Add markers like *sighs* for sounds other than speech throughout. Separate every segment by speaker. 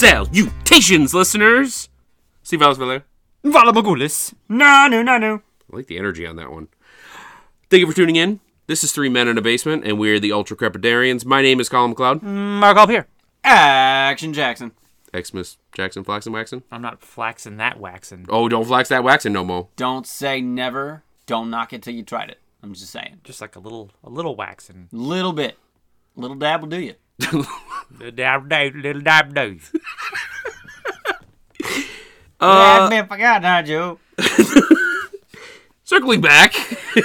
Speaker 1: Salutations, listeners! Steve Alice Miller.
Speaker 2: Valabagulis. Nanu, nanu.
Speaker 1: I like the energy on that one. Thank you for tuning in. This is Three Men in a Basement, and we're the Ultra Crepidarians. My name is Colin McLeod.
Speaker 2: Mark up here. Action Jackson.
Speaker 1: Xmas Jackson Flaxen Waxen.
Speaker 3: I'm not flaxing that waxing.
Speaker 1: Oh, don't flax that waxen no more.
Speaker 4: Don't say never. Don't knock it till you tried it. I'm just saying.
Speaker 3: Just like a little, a little waxing.
Speaker 4: Little bit. Little dab will do you.
Speaker 3: Little dab do, little dab do.
Speaker 4: Uh, I forgot, huh, Joe?
Speaker 1: Circling back. *laughs*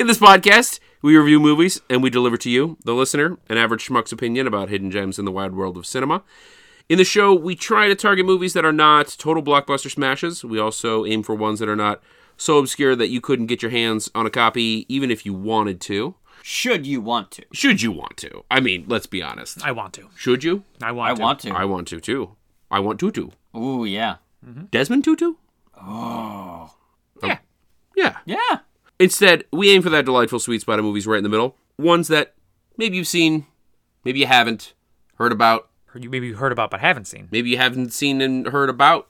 Speaker 1: in this podcast, we review movies and we deliver to you, the listener, an average schmuck's opinion about hidden gems in the wide world of cinema. In the show, we try to target movies that are not total blockbuster smashes. We also aim for ones that are not so obscure that you couldn't get your hands on a copy, even if you wanted to.
Speaker 4: Should you want to?
Speaker 1: Should you want to? I mean, let's be honest.
Speaker 3: I want to.
Speaker 1: Should you?
Speaker 3: I want
Speaker 4: I
Speaker 3: to.
Speaker 4: want to.
Speaker 1: I want to too. I want Tutu.
Speaker 4: Ooh, yeah. Oh.
Speaker 1: Desmond Tutu?
Speaker 3: Yeah.
Speaker 1: Yeah.
Speaker 4: Yeah.
Speaker 1: Instead, we aim for that delightful sweet spot of movies right in the middle. Ones that maybe you've seen, maybe you haven't, heard about,
Speaker 3: You maybe you heard about but haven't seen.
Speaker 1: maybe you haven't seen and heard about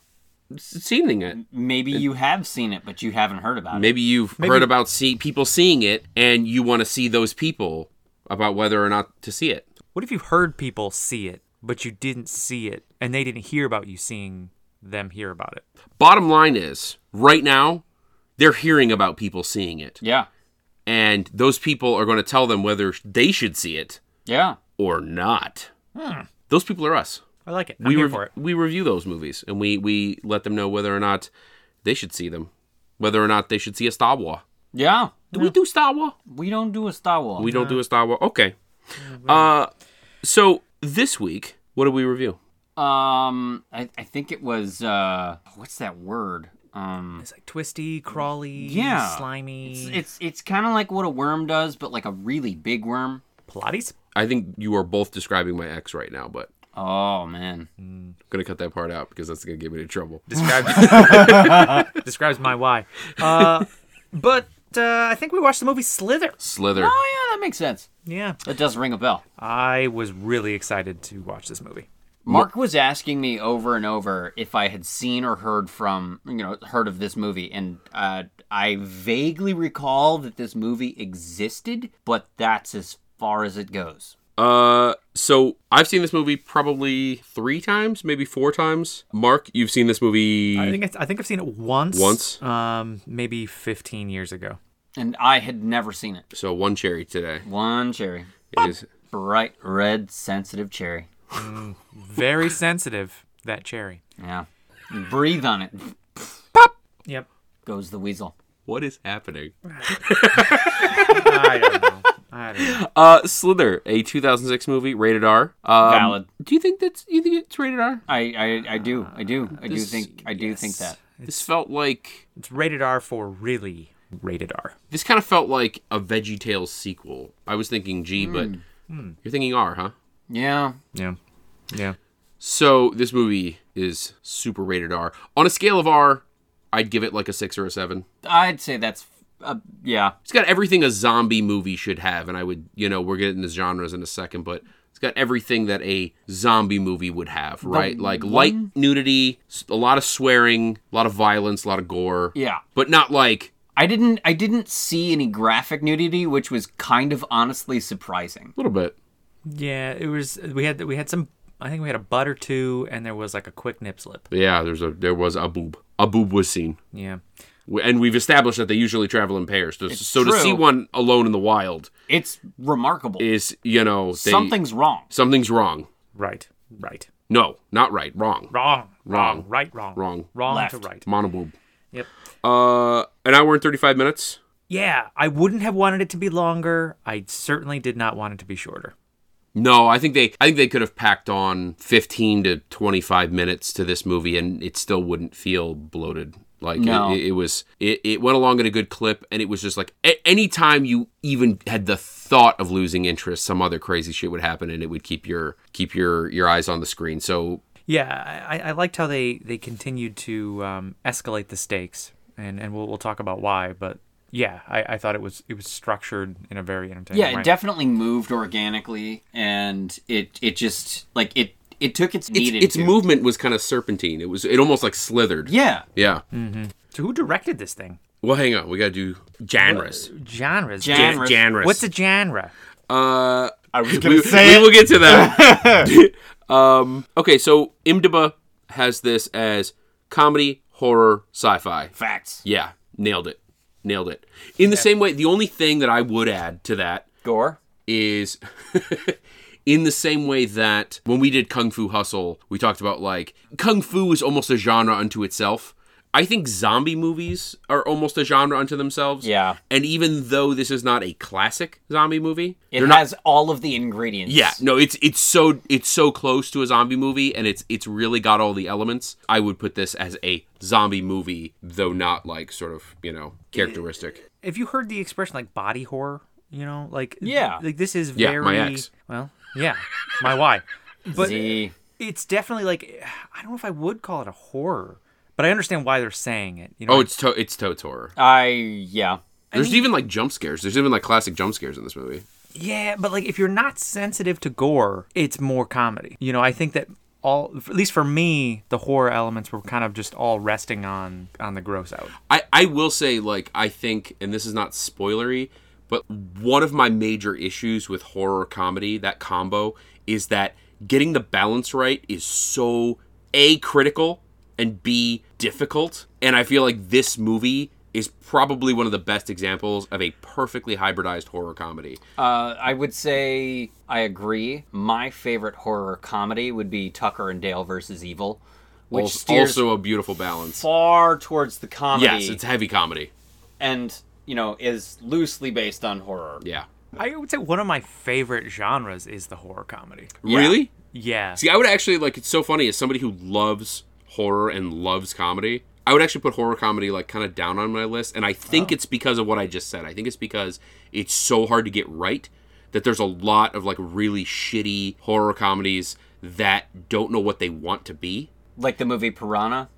Speaker 1: s- seeing it.
Speaker 4: Maybe you have seen it, but you haven't heard about it.
Speaker 1: Maybe you've heard about see- people seeing it and you want to see those people about whether or not to see it.
Speaker 3: What if you heard people see it, but you didn't see it, and they didn't hear about you seeing them hear about it?
Speaker 1: Bottom line is, right now, they're hearing about people seeing it.
Speaker 4: Yeah.
Speaker 1: And those people are going to tell them whether they should see it
Speaker 4: Yeah.
Speaker 1: or not. Those people are us.
Speaker 3: I like it. I'm
Speaker 1: we
Speaker 3: here
Speaker 1: rev-
Speaker 3: for it.
Speaker 1: we review those movies and we we let them know whether or not they should see them, whether or not they should see a Star Wars.
Speaker 4: Yeah.
Speaker 1: Do we do Star Wars?
Speaker 4: We don't do a Star Wars.
Speaker 1: We don't do a Star Wars. Okay. Uh, so this week, what do we review?
Speaker 4: um, I, I think it was, uh, what's that word? Um,
Speaker 3: It's like twisty, crawly,
Speaker 4: Yeah.
Speaker 3: slimy.
Speaker 4: it's it's kind of like what a worm does, but like a really big worm.
Speaker 3: Pilates.
Speaker 1: I think you are both describing my ex right now, but I'm
Speaker 4: Oh man.
Speaker 1: gonna cut that part out because that's gonna get me into trouble.
Speaker 3: describes *laughs*
Speaker 4: *laughs*
Speaker 3: describes my why. Uh, but uh, I think we watched the movie Slither.
Speaker 1: Slither.
Speaker 4: Oh yeah, that makes sense.
Speaker 3: Yeah,
Speaker 4: That does ring a bell.
Speaker 3: I was really excited to watch this movie.
Speaker 4: Mark was asking me over and over if I had seen or heard from, you know, heard of this movie, and uh, I vaguely recall that this movie existed, but that's as far as it goes.
Speaker 1: Uh, so I've seen this movie probably three times, maybe four times. Mark, you've seen this movie.
Speaker 3: I think it's, I think I've seen it once.
Speaker 1: Once?
Speaker 3: um, maybe 15 years ago.
Speaker 4: And I had never seen it.
Speaker 1: so one cherry today.
Speaker 4: One cherry,
Speaker 1: It is
Speaker 4: bright red, sensitive cherry.
Speaker 3: Very sensitive that cherry.
Speaker 4: Yeah, breathe on it.
Speaker 3: Yep.
Speaker 4: Goes the weasel.
Speaker 1: what is happening?
Speaker 3: I don't know. I don't know.
Speaker 1: Uh, Slither, a 2006 movie, rated R. Um,
Speaker 4: Valid.
Speaker 1: Do you think that's you think it's rated R?
Speaker 4: I, I, I do, I do, I do think, I do think that.
Speaker 1: This felt like
Speaker 3: It's rated R for really rated R.
Speaker 1: this kind of felt like a Veggie Tales sequel. I was thinking G, but you're thinking R, huh?
Speaker 4: Yeah,
Speaker 3: Yeah. Yeah.
Speaker 1: So this movie is super rated R. On a scale of R, I'd give it like a six or a seven.
Speaker 4: I'd say that's, uh, yeah,
Speaker 1: It's got everything a zombie movie should have, and I would, you know, we're getting to genres in a second, but it's got everything that a zombie movie would have, right? Like light nudity, s- a lot of swearing, a lot of violence, a lot of gore.
Speaker 4: yeah.
Speaker 1: but not like
Speaker 4: I didn't I didn't see any graphic nudity, which was kind of honestly surprising.
Speaker 1: a little bit.
Speaker 3: Yeah. It was. We had. We had some. I think we had a butt or two, and there was like a quick nip slip.
Speaker 1: Yeah, there's a there was a boob. A boob was seen,
Speaker 3: Yeah.
Speaker 1: We- and we've established that they usually travel in pairs. So, so to
Speaker 4: true.
Speaker 1: see one alone in the wild
Speaker 4: It's remarkable.
Speaker 1: is, you know, they,
Speaker 4: Something's wrong.
Speaker 1: something's wrong.
Speaker 3: Right. Right.
Speaker 1: No, not right. Wrong.
Speaker 3: Wrong.
Speaker 1: Wrong.
Speaker 3: Right. Wrong.
Speaker 1: Wrong.
Speaker 3: Wrong
Speaker 4: Left.
Speaker 3: to right.
Speaker 1: Monoboob.
Speaker 3: Yep.
Speaker 1: Uh, an hour and thirty five minutes.
Speaker 3: Yeah, I wouldn't have wanted it to be longer. I certainly did not want it to be shorter.
Speaker 1: No, I think they I think they could have packed on fifteen to twenty five minutes to this movie, and it still wouldn't feel bloated. Like
Speaker 4: No.
Speaker 1: it, it, it was, it, it went along at a good clip, and it was just like a, any time you even had the thought of losing interest, some other crazy shit would happen, and it would keep your keep your your eyes on the screen. So
Speaker 3: Yeah, I, I liked how they they continued to um, escalate the stakes, and and we'll we'll talk about why. But yeah, I, I thought it was it was structured in a very entertaining
Speaker 4: Yeah,
Speaker 3: way.
Speaker 4: it definitely moved organically and it it just like it it took its
Speaker 1: Its,
Speaker 4: needed
Speaker 1: its
Speaker 4: to.
Speaker 1: movement was kind of serpentine. It was it almost like slithered.
Speaker 4: Yeah,
Speaker 1: Yeah.
Speaker 3: So who directed this thing?
Speaker 1: Well, hang on. We got to do genres.
Speaker 3: Genres.
Speaker 4: Jan-
Speaker 1: Jan-
Speaker 4: Genres.
Speaker 1: genres.
Speaker 3: What's a genre?
Speaker 1: Uh,
Speaker 2: I was
Speaker 1: we,
Speaker 2: gonna say
Speaker 1: we
Speaker 2: it.
Speaker 1: will get to that.
Speaker 2: *laughs*
Speaker 1: *laughs* um, okay, so IMDb has this as comedy, horror, sci-fi.
Speaker 4: facts.
Speaker 1: Yeah, nailed it. Nailed it. In the same way, the only thing that I would add to that
Speaker 4: Gore.
Speaker 1: is *laughs* in the same way that when we did Kung Fu Hustle, we talked about like Kung Fu is almost a genre unto itself. I think zombie movies are almost a genre unto themselves.
Speaker 4: Yeah.
Speaker 1: And even though this is not a classic zombie movie,
Speaker 4: It
Speaker 1: they're not
Speaker 4: has all of the ingredients.
Speaker 1: yeah, no, it's it's so it's so close to a zombie movie, and it's it's really got all the elements. I would put this as a zombie movie, though not like sort of you know characteristic.
Speaker 3: Have you heard the expression like body horror? You know, like
Speaker 4: Yeah.
Speaker 3: like this is
Speaker 1: Yeah,
Speaker 3: very
Speaker 1: my ex.
Speaker 3: well, yeah, my why. But
Speaker 4: Z.
Speaker 3: it's definitely like I don't know if I would call it a horror, but I understand why they're saying it. You know,
Speaker 1: Oh, it's to- it's totes horror.
Speaker 4: I yeah.
Speaker 1: There's even like jump scares. There's even like classic jump scares in this movie.
Speaker 3: Yeah, but like if you're not sensitive to gore, it's more comedy. You know, I think that all at least for me, the horror elements were kind of just all resting on on the gross out.
Speaker 1: I, I will say, like, I think, and this is not spoilery, but one of my major issues with horror comedy, that combo, is that getting the balance right is so A, critical, and B, difficult. And I feel like this movie is probably one of the best examples of a perfectly hybridized horror comedy.
Speaker 4: Uh, I would say I agree. My favorite horror comedy would be Tucker and Dale versus Evil, which
Speaker 1: Also,
Speaker 4: steers
Speaker 1: also a beautiful balance.
Speaker 4: far towards the comedy.
Speaker 1: Yes, it's heavy comedy.
Speaker 4: and you know is loosely based on horror.
Speaker 1: Yeah.
Speaker 3: I would say one of my favorite genres is the horror comedy.
Speaker 1: Really?
Speaker 3: Yeah.
Speaker 1: See, I would actually like. It's so funny as somebody who loves horror and loves comedy. I would actually put horror comedy like kind of down on my list, and I think it's because of what I just said. I think it's because it's so hard to get right that there's a lot of like really shitty horror comedies that don't know what they want to be. *laughs*
Speaker 4: Like the movie Piranha.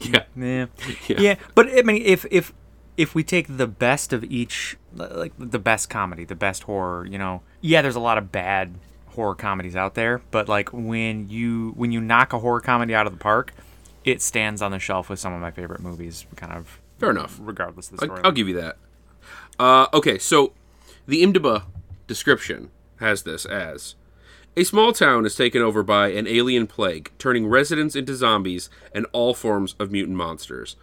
Speaker 1: Yeah,
Speaker 3: *laughs* Yeah. yeah. but I mean if if if we take the best of each like the best comedy, the best horror, you know. Yeah, there's a lot of bad horror comedies out there, but like when you when you knock a horror comedy out of the park, it stands on the shelf with some of my favorite movies kind of
Speaker 1: fair enough.
Speaker 3: regardless of the
Speaker 1: I,
Speaker 3: story.
Speaker 1: I'll give you that. Uh, okay, so the IMDb description has this as a small town is taken over by an alien plague, turning residents into zombies and all forms of mutant monsters.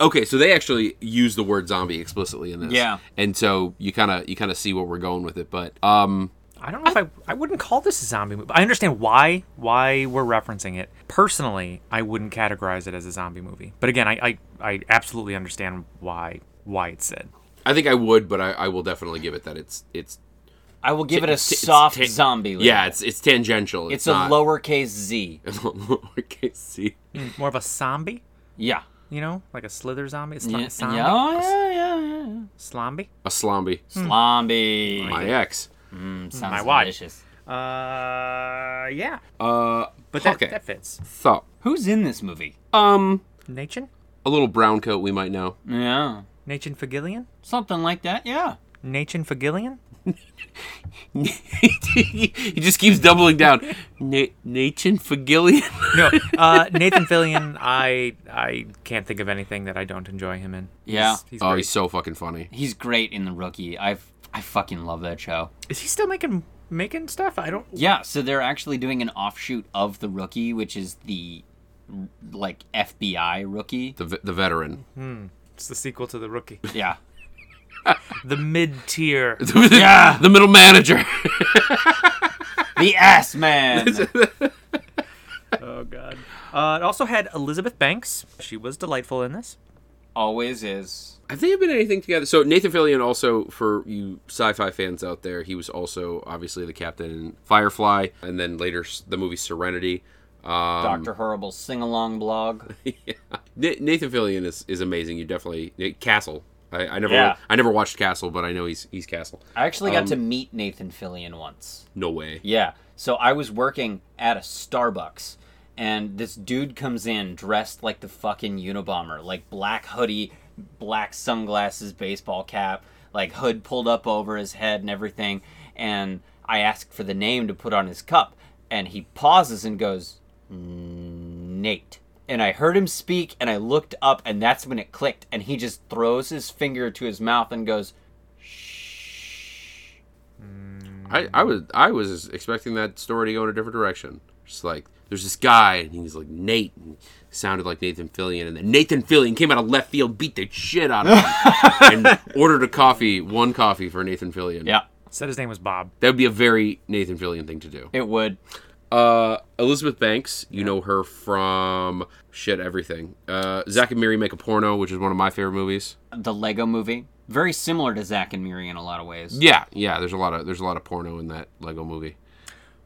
Speaker 1: Okay, so they actually use the word zombie explicitly in this.
Speaker 4: Yeah.
Speaker 1: and so you kind of you kind of see where we're going with it, but um,
Speaker 3: I don't know if I I wouldn't call this a zombie movie. I understand why why we're referencing it. Personally, I wouldn't categorize it as a zombie movie. But again, I I, I absolutely understand why why it's said.
Speaker 1: I think I would, but I, I will definitely give it that it's it's
Speaker 4: I will give it a
Speaker 1: it's-
Speaker 4: soft
Speaker 1: it's-
Speaker 4: zombie. label.
Speaker 1: yeah, it's it's tangential.
Speaker 4: it's,
Speaker 1: It's,
Speaker 4: a
Speaker 1: not-
Speaker 4: lowercase z.
Speaker 1: *laughs* lowercase c.
Speaker 3: More of a zombie,
Speaker 4: Yeah.
Speaker 3: you know, like a slither zombie, a sl-
Speaker 4: Yeah,
Speaker 3: zombie,
Speaker 4: yeah, yeah, yeah, yeah.
Speaker 3: slombie.
Speaker 1: A slomby.
Speaker 4: Zombie.
Speaker 1: My ex.
Speaker 4: Sounds
Speaker 3: my wife.
Speaker 4: delicious.
Speaker 3: Uh, yeah.
Speaker 1: Uh,
Speaker 3: But that,
Speaker 1: okay.
Speaker 3: that fits.
Speaker 1: thought.
Speaker 4: Who's in this movie?
Speaker 1: Um,
Speaker 3: Nachin,
Speaker 1: a little brown coat we might know. *laughs*
Speaker 4: Yeah.
Speaker 3: Nachin Fagillion,
Speaker 4: Something like that. Yeah.
Speaker 3: Nachin Fagillion.
Speaker 1: he just keeps doubling down. Na- Nathan Fagillian.
Speaker 3: No, uh, Nathan Fillion. I I can't think of anything that I don't enjoy him in.
Speaker 4: Yeah.
Speaker 3: He's, he's
Speaker 1: Oh,
Speaker 3: great.
Speaker 1: he's so fucking funny.
Speaker 4: He's great in The Rookie. I I fucking love that show.
Speaker 3: Is he still making making stuff? I don't.
Speaker 4: Yeah, so they're actually doing an offshoot of The Rookie, which is the like FBI
Speaker 1: *laughs*
Speaker 4: rookie.
Speaker 1: The, v- the veteran.
Speaker 3: It's the sequel to The Rookie.
Speaker 4: Yeah.
Speaker 3: The mid tier.
Speaker 1: yeah. The middle manager.
Speaker 4: The ass man.
Speaker 3: oh God. Uh, it also had Elizabeth Banks. She was delightful in this.
Speaker 4: Always is.
Speaker 1: *laughs* Have they been anything together? So Nathan Fillion also, for you sci-fi fans out there, he was also obviously the captain in Firefly, and then later s- the movie Serenity.
Speaker 4: Dr. Horrible's sing along blog.
Speaker 1: yeah. Na- Nathan Fillion is, is amazing. You definitely Castle. I, I never
Speaker 4: Yeah.
Speaker 1: I never watched Castle, but I know he's he's Castle.
Speaker 4: I actually got to meet Nathan Fillion once.
Speaker 1: No way.
Speaker 4: Yeah. So I was working at a Starbucks and this dude comes in dressed like the fucking Unabomber, like black hoodie, black sunglasses, baseball cap, like hood pulled up over his head and everything. And I asked for the name to put on his cup. and he pauses and goes, Nate. And I heard him speak and I looked up and that's when it clicked and he just throws his finger to his mouth and goes,
Speaker 1: I, I was I was expecting that story to go in a different direction. Just like there's this guy and he's like Nate and sounded like Nathan Fillion and then Nathan Fillion came out of left field, beat the shit out of him and ordered a coffee, one coffee for Nathan Fillion.
Speaker 4: Yeah,
Speaker 3: Said his name was Bob.
Speaker 1: That would be a very Nathan Fillion thing to do.
Speaker 4: it would.
Speaker 1: Uh Elizabeth Banks, you know her from shit everything. Uh Zach and Miri make a porno, which is one of my favorite movies.
Speaker 4: The Lego movie. Very similar to Zack and Miri in a lot of ways.
Speaker 1: Yeah, yeah, there's a lot of there's a lot of porno in that Lego movie.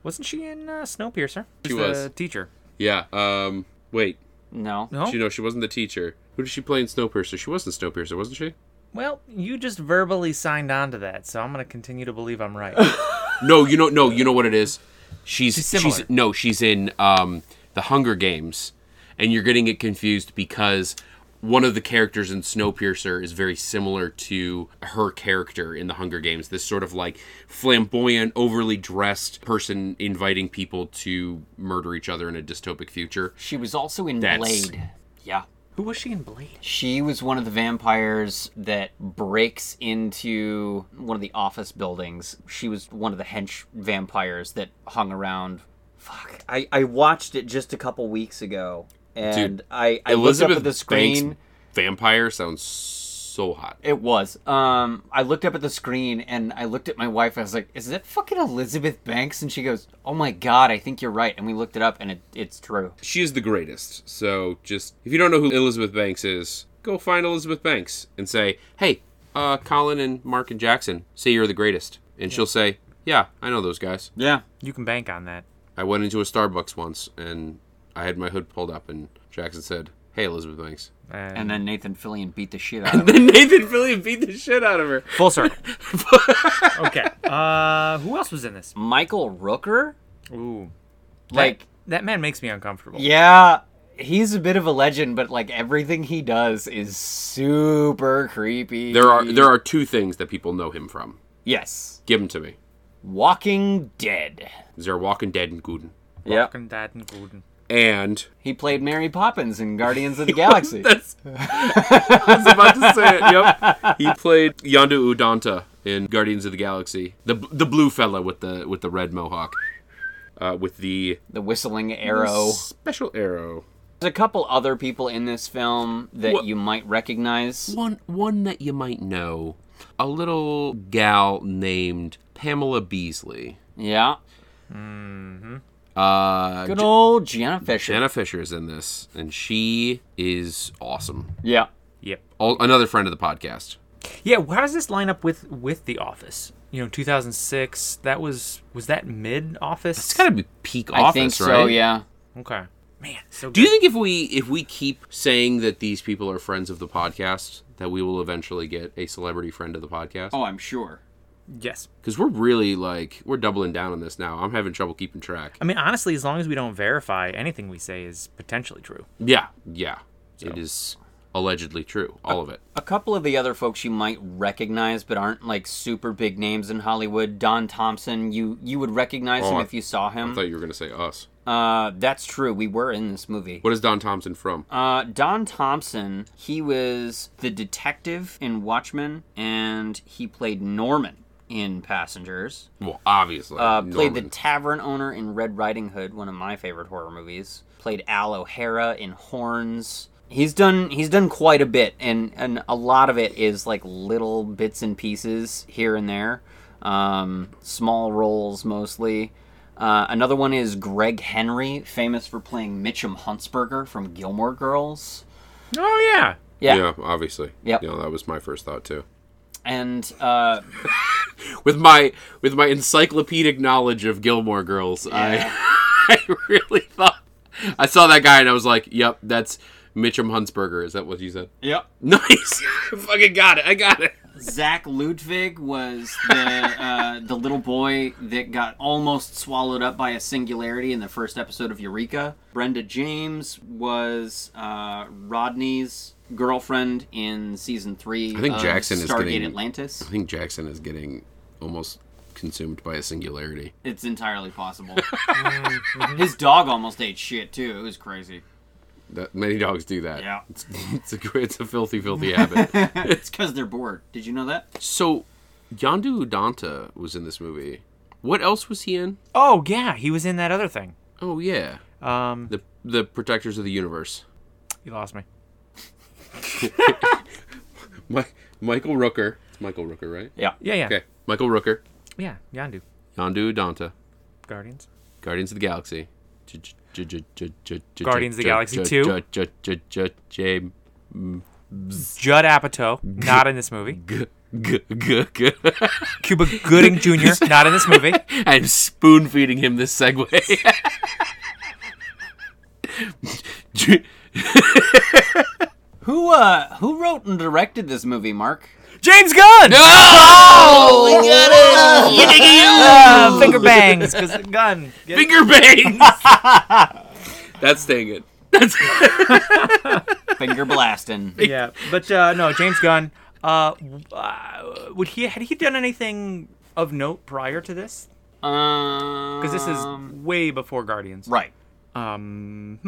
Speaker 3: Wasn't she in uh, Snowpiercer?
Speaker 1: She
Speaker 3: the
Speaker 1: was.
Speaker 3: teacher.
Speaker 1: Yeah. Um wait.
Speaker 4: No.
Speaker 3: No.
Speaker 1: She no, she wasn't the teacher. Who did she play in Snowpiercer? She was in Snowpiercer, wasn't she?
Speaker 3: Well, you just verbally signed on to that, so I'm gonna continue to believe I'm right.
Speaker 1: No, you know, no, you know what it is. She's
Speaker 3: She's
Speaker 1: she's,
Speaker 3: similar.
Speaker 1: no, she's in um, the Hunger Games, and you're getting it confused because one of the characters in Snowpiercer is very similar to her character in the Hunger Games. This sort of like flamboyant, overly dressed person inviting people to murder each other in a dystopic future.
Speaker 4: She was also in
Speaker 1: That's-
Speaker 4: Blade. Yeah.
Speaker 3: *laughs* Who was she in Blade?
Speaker 4: She was one of the vampires that breaks into one of the office buildings. She was one of the hench vampires that hung around. Fuck. I, I watched it just a couple weeks ago. And
Speaker 1: Dude,
Speaker 4: I, I looked up at the
Speaker 1: Banks'
Speaker 4: screen.
Speaker 1: vampire sounds so hot.
Speaker 4: It was. Um, I looked up at the screen and I looked at my wife. I was like, "Is that fucking Elizabeth Banks?" And she goes, "Oh my god, I think you're right." And we looked it up, and it, it's true.
Speaker 1: she is the greatest. So just if you don't know who Elizabeth Banks is, go find Elizabeth Banks and say, "Hey, uh, Colin and Mark and Jackson, say you're the greatest," and she'll say, "Yeah, I know those guys.
Speaker 4: Yeah.
Speaker 3: You can bank on that.
Speaker 1: I went into a Starbucks once and I had my hood pulled up, and Jackson said." Hey Elizabeth Banks. *laughs*
Speaker 3: And,
Speaker 4: And then Nathan Fillion beat the shit out of her.
Speaker 1: Then Nathan Fillion beat the shit out of her.
Speaker 3: full circle. *laughs* okay. Uh, who else was in this?
Speaker 4: Michael Rooker,
Speaker 3: Ooh,
Speaker 4: like,
Speaker 3: that man makes me uncomfortable.
Speaker 4: yeah, he's a bit of a legend, but like everything he does is super creepy.
Speaker 1: There are there are two things that people know him from.
Speaker 4: yes,
Speaker 1: Give them to me.
Speaker 4: Walking Dead.
Speaker 1: Is there Walking Dead and Gooden?
Speaker 4: Yeah.
Speaker 3: Fucking Dad and Gordon.
Speaker 1: And
Speaker 4: He played Mary Poppins in
Speaker 1: *laughs*
Speaker 4: Guardians of the Galaxy.
Speaker 1: That's, I was about to say it. Yep. He played Yondu Udanta in Guardians of the Galaxy. The the blue fella with the with the red mohawk, uh, with the
Speaker 4: the whistling
Speaker 1: *laughs*
Speaker 4: arrow.
Speaker 1: special arrow.
Speaker 4: There's a couple other people in this film that
Speaker 1: What-
Speaker 4: you might recognize.
Speaker 1: One one that you might know, a little gal named Pamela Beasley.
Speaker 4: Yeah.
Speaker 1: Uh,
Speaker 4: Good old Gianna Fisher.
Speaker 1: Jenna Fisher is in this, and she is awesome.
Speaker 4: yeah.
Speaker 3: Yep.
Speaker 1: Al- another friend of the podcast.
Speaker 3: Yeah. How does this line up with with The Office? You know, 2006. That was was that mid Office?
Speaker 1: It's gotta be peak
Speaker 4: I think
Speaker 1: office,
Speaker 4: so,
Speaker 1: right?
Speaker 4: yeah.
Speaker 3: Okay. Man, so
Speaker 1: Do you think if we if we keep saying that these people are friends of the podcast, that we will eventually get a celebrity friend of the podcast?
Speaker 4: Oh, I'm sure.
Speaker 3: yes.
Speaker 1: Because we're really like we're doubling down on this now. I'm having trouble keeping track.
Speaker 3: I mean, honestly, as long as we don't verify anything we say is potentially true.
Speaker 1: Yeah, yeah, it is allegedly true, all of it.
Speaker 4: A couple of the other folks you might recognize but aren't like super big names in Hollywood. Don Thompson, you you would recognize him
Speaker 1: Oh, I-
Speaker 4: if you saw him.
Speaker 1: I thought you were gonna say us.
Speaker 4: uh that's true. We were in this movie.
Speaker 1: What is Don Thompson from?
Speaker 4: Uh, Don Thompson, he was the detective in Watchmen, and he played Norman in Passengers.
Speaker 1: Well, obviously,
Speaker 4: Uh, played the
Speaker 1: Norman.
Speaker 4: tavern owner in Red Riding Hood, one of my favorite horror movies. Played Al O'Hara in Horns. He's done he's done quite a bit, and and a lot of it is like little bits and pieces here and there, um, small roles mostly. Uh, another one is Greg Henry, famous for playing Mitchum Huntsberger from Gilmore Girls.
Speaker 3: Oh yeah.
Speaker 4: yeah.
Speaker 1: yeah, obviously.
Speaker 4: Yep.
Speaker 1: you know, that was my first thought too.
Speaker 4: And uh,
Speaker 1: With my with my encyclopedic knowledge of Gilmore Girls,
Speaker 4: *laughs*
Speaker 1: I. *laughs* I really thought I saw that guy and I was like, "Yep, that's Mitchum Huntsberger." Is that what you said? *laughs*
Speaker 4: yep.
Speaker 1: Nice, I fucking got it. I got it.
Speaker 4: Zach Ludwig was
Speaker 1: *laughs*
Speaker 4: the uh, the little boy that got almost swallowed up by a singularity in the first episode of Eureka. Brenda James was uh, Rodney's girlfriend in season three.
Speaker 1: I think
Speaker 4: of
Speaker 1: Jackson is
Speaker 4: Stargate
Speaker 1: getting- *laughs*
Speaker 4: Atlantis.
Speaker 1: I think Jackson is getting almost consumed by a singularity.
Speaker 4: It's entirely possible. His dog almost ate shit too. It was crazy.
Speaker 1: That many dogs do that. *laughs*
Speaker 4: Yeah. *laughs*
Speaker 1: It's, it's a it's a filthy, filthy habit.
Speaker 4: It's because they're bored. Did you know that?
Speaker 1: so, Yandu Udanta was in this movie. What else was he in?
Speaker 3: Oh yeah, he was in that other thing.
Speaker 1: Oh yeah,
Speaker 3: Um,
Speaker 1: the the Protectors of the Universe.
Speaker 3: you lost me.
Speaker 1: My, Michael Rooker. It's Michael Rooker, right?
Speaker 4: Yeah.
Speaker 3: Yeah, yeah,
Speaker 1: Okay, Michael Rooker,
Speaker 3: yeah. Yandu,
Speaker 1: Yandu Udanta,
Speaker 3: Guardians.
Speaker 1: Guardians of the Galaxy.
Speaker 3: Guardians
Speaker 1: Guardians
Speaker 3: of the Galaxy 2. Judd Apatow, not in this
Speaker 1: *laughs*
Speaker 3: movie. Cuba Gooding Jr., not in this movie.
Speaker 1: I'm spoon feeding him this segue. *laughs* Ju-
Speaker 4: Who uh who wrote and directed this movie, Mark?
Speaker 3: James Gunn.
Speaker 1: oh! *laughs*
Speaker 3: Ah, finger bangs because gun. *laughs* Get
Speaker 1: Finger bangs. *laughs* That's staying good. That's *laughs*
Speaker 4: Finger blasting.
Speaker 3: yeah, but uh, no, James Gunn. Uh, w- uh, would he had he done anything of note prior to this?
Speaker 4: Um,
Speaker 3: Because this is way before Guardians.
Speaker 4: right.
Speaker 3: Um,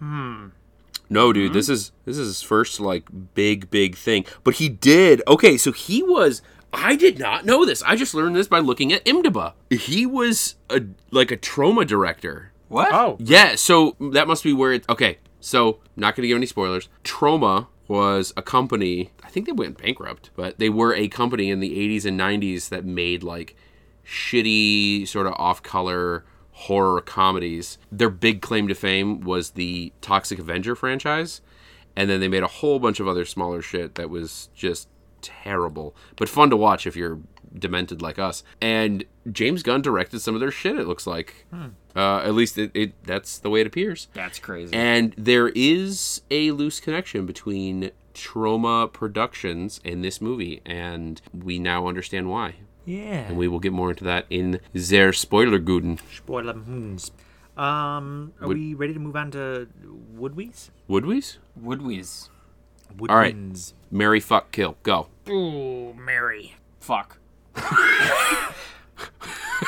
Speaker 1: no, dude. This is this is his first like big big thing. But he did. Okay, so he was. I did not know this. I just learned this by looking at IMDb. He was a like a trauma director.
Speaker 4: What?
Speaker 3: oh,
Speaker 1: Yeah, so that must be where it. Okay, so not going to give any spoilers. Trauma was a company. I think they went bankrupt, but they were a company in the 80s and 90s that made like shitty, sort of off color horror comedies. Their big claim to fame was the Toxic Avenger franchise. And then they made a whole bunch of other smaller shit that was just terrible, but fun to watch if you're demented like us. And James Gunn directed some of their shit. It looks like, uh, at least it, it that's the way it appears.
Speaker 4: That's crazy.
Speaker 1: And there is a loose connection between Trauma Productions and this movie, and we now understand why.
Speaker 3: yeah.
Speaker 1: We will get more into that in their spoiler gooden.
Speaker 3: Spoiler. moons. Um, are
Speaker 1: Would-
Speaker 3: we ready to move on to Woodwees?
Speaker 1: Would we's?
Speaker 4: Would we's
Speaker 1: right.
Speaker 3: Woodwinds.
Speaker 1: Mary fuck kill go.
Speaker 3: Ooh, Mary.
Speaker 4: fuck.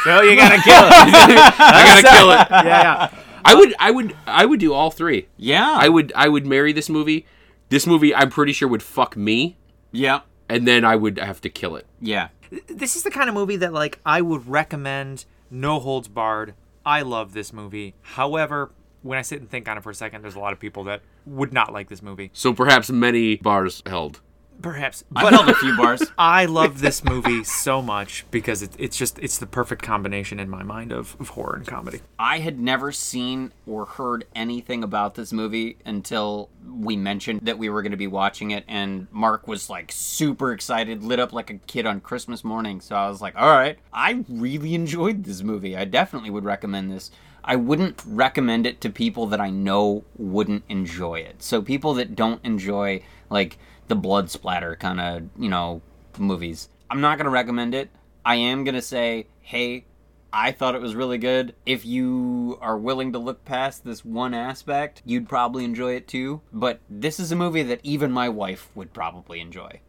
Speaker 3: So you gotta kill it. *laughs*
Speaker 1: I gotta kill it.
Speaker 3: yeah, yeah.
Speaker 1: I would I would I would do all three.
Speaker 4: Yeah.
Speaker 1: I would I would marry this movie. This movie I'm pretty sure would fuck me,
Speaker 4: yeah.
Speaker 1: and then I would have to kill it.
Speaker 4: Yeah.
Speaker 3: *laughs* This is the kind of movie that like I would recommend. No holds barred. I love this movie. However, when I sit and think on it for a second, there's a lot of people that would not like this movie.
Speaker 1: So perhaps many bars held.
Speaker 3: Perhaps,
Speaker 4: I
Speaker 3: but
Speaker 4: held a few bars.
Speaker 3: I love this movie so much because it, it's just it's the perfect combination in my mind of, of horror and comedy.
Speaker 4: I had never seen or heard anything about this movie until we mentioned that we were going to be watching it, and Mark was like super excited, lit up like a kid on Christmas morning. So I was like, all right, I really enjoyed this movie. I definitely would recommend this. I wouldn't recommend it to people that I know wouldn't enjoy it. So people that don't enjoy like the blood splatter kind of, you know, movies. I'm not going to recommend it. I am going to say, hey, I thought it was really good. If you are willing to look past this one aspect, you'd probably enjoy it too. But this is a movie that even my wife would probably enjoy.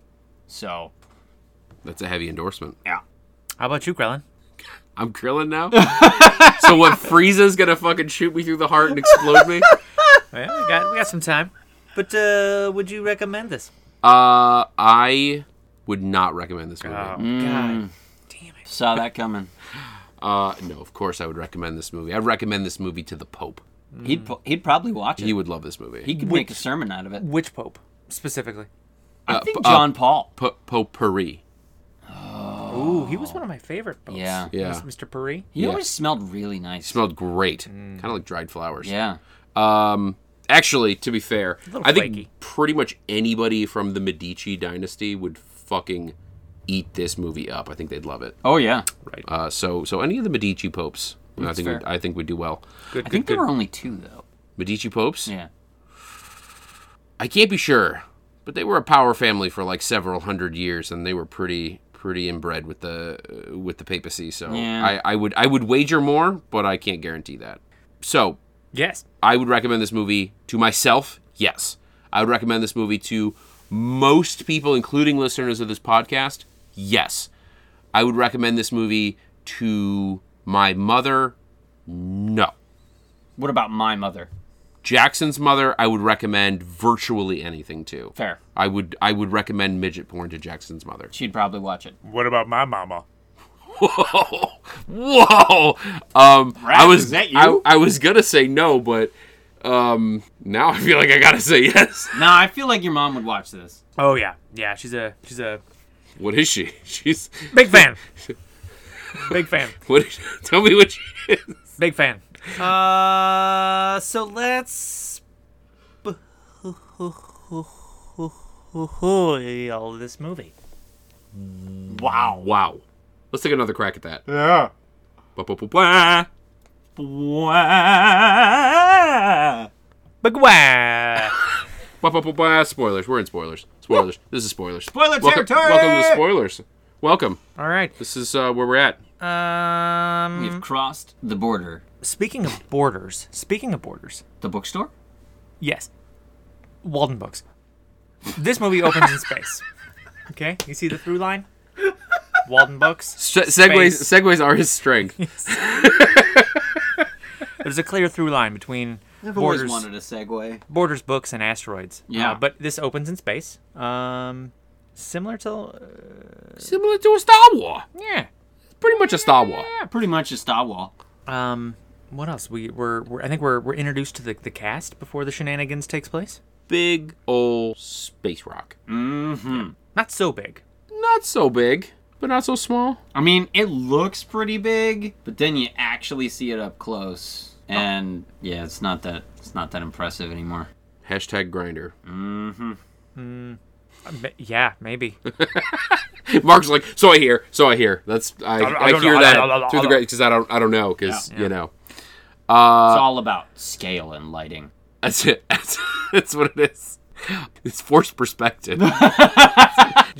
Speaker 4: So,
Speaker 1: That's a heavy endorsement.
Speaker 4: yeah.
Speaker 3: How about you, Krellin?
Speaker 1: I'm grilling now. so what? Frieza's gonna fucking shoot me through the heart and explode me?
Speaker 3: Well, we got we got some time. But uh, would you recommend this?
Speaker 1: Uh, I would not recommend this movie.
Speaker 4: Hmm.
Speaker 3: God.
Speaker 4: Saw that coming.
Speaker 1: Uh, no, of course I would recommend this movie. I'd recommend this movie to the Pope.
Speaker 3: Mm.
Speaker 4: He'd po- he'd probably watch it.
Speaker 1: He
Speaker 4: He,
Speaker 1: would love this movie.
Speaker 4: could make a sermon out of it.
Speaker 3: Which Pope specifically? Uh,
Speaker 4: I think John Paul.
Speaker 1: P- Potpourri.
Speaker 3: Ooh, he was one of my favorite popes.
Speaker 4: Yeah.
Speaker 1: Yeah.
Speaker 3: Mis- Mr. Puri.
Speaker 4: He
Speaker 1: yeah.
Speaker 4: always smelled really nice.
Speaker 1: Smelled great. Kind of like dried flowers.
Speaker 4: yeah.
Speaker 1: Um, actually, to be fair,
Speaker 3: little
Speaker 1: I think
Speaker 3: flaky.
Speaker 1: pretty much anybody from the Medici dynasty would fucking eat this movie up. I think they'd love it.
Speaker 4: Oh yeah.
Speaker 1: Uh, so, so any of the Medici popes, I think would,
Speaker 4: fair.
Speaker 1: I think would do well.
Speaker 3: Good,
Speaker 4: I think there were only two though.
Speaker 1: Medici popes?
Speaker 4: Yeah.
Speaker 1: I can't be sure, but they were a power family for like several hundred years, and they were pretty pretty inbred with the uh, with the papacy. So
Speaker 4: Yeah.
Speaker 1: I, I would I would wager more, but I can't guarantee that. So
Speaker 3: Yes.
Speaker 1: I would recommend this movie to myself. Yes, I would recommend this movie to most people, including listeners of this podcast, yes, I would recommend this movie to my mother. No.
Speaker 4: What about my mother?
Speaker 1: Jackson's mother, I would recommend virtually anything to.
Speaker 4: Fair.
Speaker 1: I would I would recommend midget porn to Jackson's mother. *laughs*
Speaker 4: She'd probably watch it.
Speaker 3: What about my mama?
Speaker 1: Whoa, whoa! Um, I was
Speaker 4: is that you?
Speaker 1: I, I was gonna say no, but um, now I feel like I gotta say *laughs* yes.
Speaker 4: No, I feel like your mom would watch this.
Speaker 3: Oh yeah, yeah. She's a she's a
Speaker 1: What is she? *laughs* She's
Speaker 3: big fan. big fan.
Speaker 1: what? Is, *laughs* tell me what she *laughs* is.
Speaker 3: Big fan. Uh, so let's all this movie.
Speaker 1: Wow, wow. Let's take another crack at that. Yeah. Ba-ba-ba-ba.
Speaker 3: Big wah.
Speaker 1: Ba-ba-ba-ba. Spoilers. We're in spoilers. Spoilers. This is spoilers.
Speaker 4: Spoiler
Speaker 1: welcome,
Speaker 4: territory!
Speaker 1: Welcome to spoilers. Welcome.
Speaker 3: All right.
Speaker 1: This is uh, where we're at.
Speaker 3: Um,
Speaker 4: We've crossed the border.
Speaker 3: speaking of borders. Speaking of borders.
Speaker 4: The bookstore?
Speaker 3: Yes. Walden books. This movie opens in space. Okay, you see the through line. Walden books.
Speaker 1: Se- segues. Segues are his strength.
Speaker 3: *laughs* There's a clear through line between
Speaker 4: Always
Speaker 3: borders,
Speaker 4: wanted a segue.
Speaker 3: borders, books, and asteroids.
Speaker 4: Yeah.
Speaker 3: Uh, but this opens in space. Um, similar to uh,
Speaker 1: Similar to a Star War.
Speaker 3: yeah.
Speaker 1: Pretty much a Star War.
Speaker 4: Yeah, pretty much a Star Wars.
Speaker 3: Um, what else? We we're, we're I think we're we're introduced to the the cast before the shenanigans takes place.
Speaker 1: Big old space rock.
Speaker 3: Not so big.
Speaker 1: Not so big, but not so small.
Speaker 4: I mean, it looks pretty big, but then you actually see it up close, and yeah, it's not that it's not that impressive anymore.
Speaker 1: Hashtag grinder.
Speaker 3: Uh, ma- Yeah, maybe.
Speaker 1: *laughs* Mark's like, so I hear, so I hear. That's I,
Speaker 3: Mm. I
Speaker 1: I,
Speaker 3: don't
Speaker 1: hear
Speaker 3: know, I
Speaker 1: that
Speaker 3: don't know, I don't
Speaker 1: through the
Speaker 3: know.
Speaker 1: great because I don't I don't know because you know
Speaker 4: it's all about scale and lighting.
Speaker 1: that's it *laughs* that's, that's what it is. It's forced perspective. Did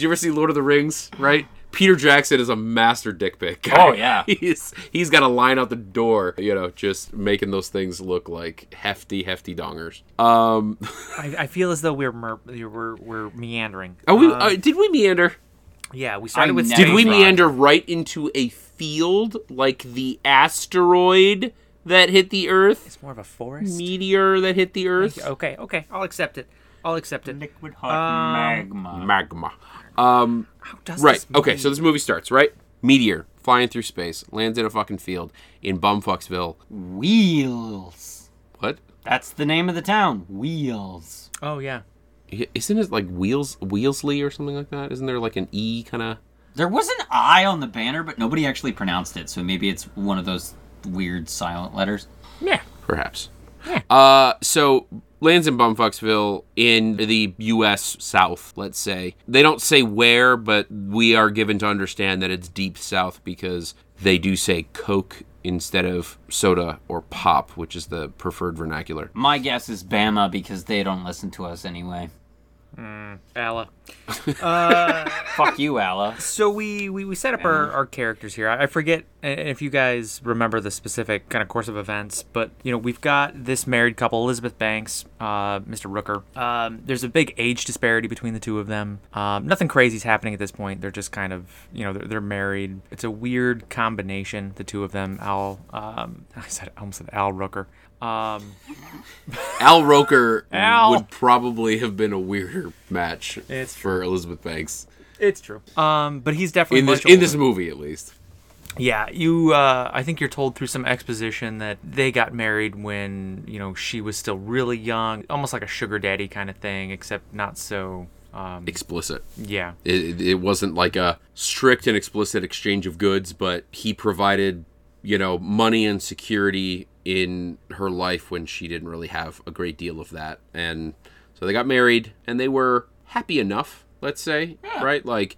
Speaker 1: you ever see Lord of the Rings? Right, Peter Jackson is a master dick pic. guy.
Speaker 4: Oh, yeah.
Speaker 1: *laughs* he's he's got a line out the door. You know, just making those things look like hefty hefty dongers. Um,
Speaker 3: I, I feel as though we're mer- we're we're meandering.
Speaker 4: Oh.
Speaker 1: are we? uh, did we meander?
Speaker 3: Yeah, we started
Speaker 4: I
Speaker 3: with
Speaker 4: never-
Speaker 1: Did we
Speaker 4: Right.
Speaker 1: meander right into a field like the asteroid that hit the Earth?
Speaker 3: It's more of a forest.
Speaker 1: meteor that hit the Earth?
Speaker 3: Okay, okay, I'll accept it. I'll accept it.
Speaker 4: Liquid hot magma.
Speaker 1: Magma. Um, right. Okay, so this movie starts, right? Meteor flying through space, lands in a fucking field in Bumfucksville.
Speaker 4: Wheels.
Speaker 1: What?
Speaker 4: That's the name of the town. Wheels.
Speaker 3: Oh yeah.
Speaker 1: I- Isn't it like Wheels Wheelsley or something like that? Isn't there like an E kind of?
Speaker 4: There was an I on the banner, but nobody actually pronounced it, so maybe it's one of those weird silent letters.
Speaker 3: Yeah.
Speaker 1: Perhaps. Uh, so lands in Bumfucksville in the U.S. South, let's say. They don't say where, but we are given to understand that it's deep South because they do say Coke instead of soda or pop, which is the preferred vernacular.
Speaker 4: My guess is Bama because they don't listen to us anyway.
Speaker 3: Alla.
Speaker 4: Fuck you, Alla.
Speaker 3: So we, we, we set up our, our characters here. I, I forget uh, if you guys remember the specific kind of course of events, but you know we've got this married couple, Elizabeth Banks, uh, Mr. Rooker. Um, there's a big age disparity between the two of them. Um, nothing crazy's happening at this point. They're just kind of you know they're, they're married. It's a weird combination, the two of them. Al, um, *laughs* I said I almost said Al Rooker. Um,
Speaker 1: Al Roker
Speaker 3: Al.
Speaker 1: would probably have been a weirder match
Speaker 3: It's
Speaker 1: for Elizabeth Banks
Speaker 3: it's true. Um, but he's definitely
Speaker 1: in this
Speaker 3: much
Speaker 1: in this
Speaker 3: older.
Speaker 1: movie, at least.
Speaker 3: Yeah, you. Uh, I think you're told through some exposition that they got married when you know she was still really young, almost like a sugar daddy kind of thing, except not so. Um,
Speaker 1: Explicit.
Speaker 3: yeah,
Speaker 1: it, it wasn't like a strict and explicit exchange of goods, but he provided, you know, money and security in her life when she didn't really have a great deal of that. And so they got married and they were happy enough, let's say, right? Like,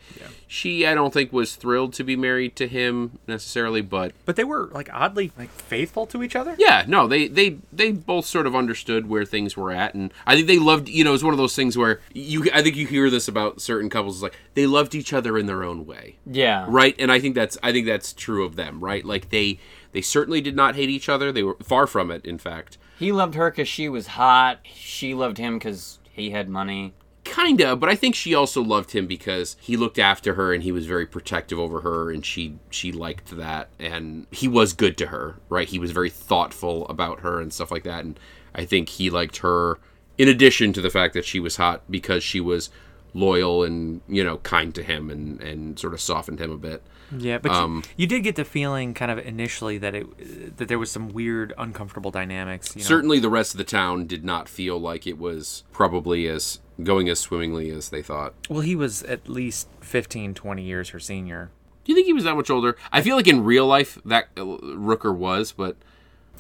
Speaker 1: she, I don't think, was thrilled to be married to him necessarily, but
Speaker 3: but they were like oddly like faithful to each other.
Speaker 1: yeah, no, they they they both sort of understood where things were at, and I think they loved. You know, it's one of those things where you. I think you hear this about certain couples, it's like they loved each other in their own way,
Speaker 4: Yeah.
Speaker 1: right? And I think that's I think that's true of them, right? Like they they certainly did not hate each other. They were far from it, in fact.
Speaker 4: He loved her because she was hot. She loved him because he had money.
Speaker 1: kinda, but I think she also loved him because he looked after her and he was very protective over her, and she she liked that, and he was good to her, right? He was very thoughtful about her and stuff like that, and I think he liked her in addition to the fact that she was hot because she was loyal and you know kind to him and and sort of softened him a bit.
Speaker 3: Yeah, but you-
Speaker 1: Um,
Speaker 3: you, did get the feeling kind of initially that it that there was some weird, uncomfortable dynamics. You know?
Speaker 1: Certainly, the rest of the town did not feel like it was probably as going as swimmingly as they thought.
Speaker 3: Well, he was at least 15, 20 years her senior.
Speaker 1: Do you think he was that much older? I feel like in real life that uh, Rooker was, but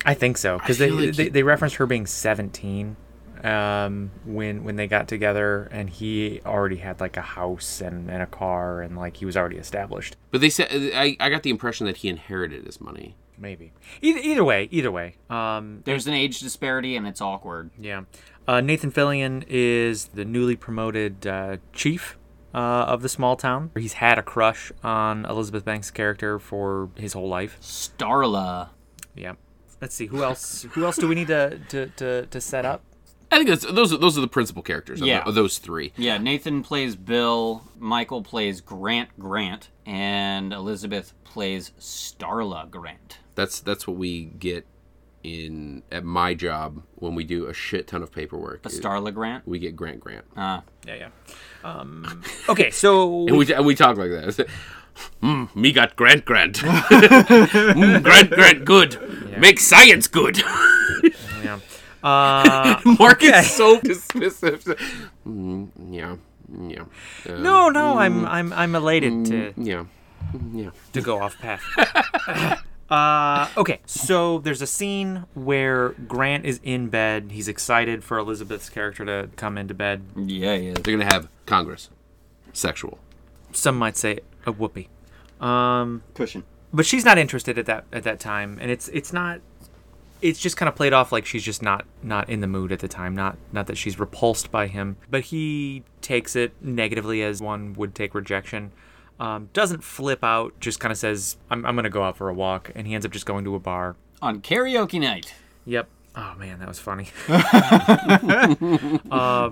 Speaker 3: I think so because
Speaker 1: I
Speaker 3: they,
Speaker 1: feel like
Speaker 3: they
Speaker 1: he-
Speaker 3: they referenced her being seventeen um, when when they got together, and he already had like a house and, and a car, and like he was already established.
Speaker 1: but they said I, I got the impression that he inherited his money.
Speaker 3: Maybe either, either way, either way. Um,
Speaker 4: There's an age disparity and it's awkward.
Speaker 3: yeah, uh, Nathan Fillion is the newly promoted uh, chief. Uh, of the small town, he's had a crush on Elizabeth Banks' character for his whole life.
Speaker 4: Starla.
Speaker 3: Yeah. Let's see who else. Who else do we need to to, to, to set up?
Speaker 1: I think that's those are those are the principal characters. of
Speaker 4: Yeah.
Speaker 1: the- of those three.
Speaker 4: Yeah, Nathan plays Bill, Michael plays Grant Grant, and Elizabeth plays Starla Grant.
Speaker 1: That's that's what we get in at my job when we do a shit ton of paperwork.
Speaker 4: A Starla Grant?
Speaker 1: we get Grant Grant,
Speaker 3: Ah.
Speaker 4: Uh,
Speaker 3: Yeah, yeah. Um,
Speaker 1: *laughs*
Speaker 3: okay, so
Speaker 1: and we and we talk like that. *laughs* Mm, me got Grant Grant.
Speaker 3: *laughs*
Speaker 1: Mm, Grant Grant good. Make science good.
Speaker 3: Oh, yeah. Uh,
Speaker 1: *laughs* Mark is so dismissive. Mm, yeah, yeah, uh,
Speaker 3: no, no, I'm I'm I'm elated to
Speaker 1: yeah, yeah.
Speaker 3: to go off path. Uh, okay, so there's a scene where Grant is in bed. He's excited for Elizabeth's character to come into bed.
Speaker 4: yeah, yeah.
Speaker 1: They're gonna have Congress, sexual.
Speaker 3: Some might say a whoopee. Um,
Speaker 4: Cushion.
Speaker 3: but she's not interested at that at that time and it's it's not it's just kind of played off like she's just not not in the mood at the time not not that she's repulsed by him but he takes it negatively as one would take rejection um, doesn't flip out just kind of says I'm, I'm gonna go out for a walk and he ends up just going to a bar
Speaker 4: On karaoke night,
Speaker 3: yep oh man that was funny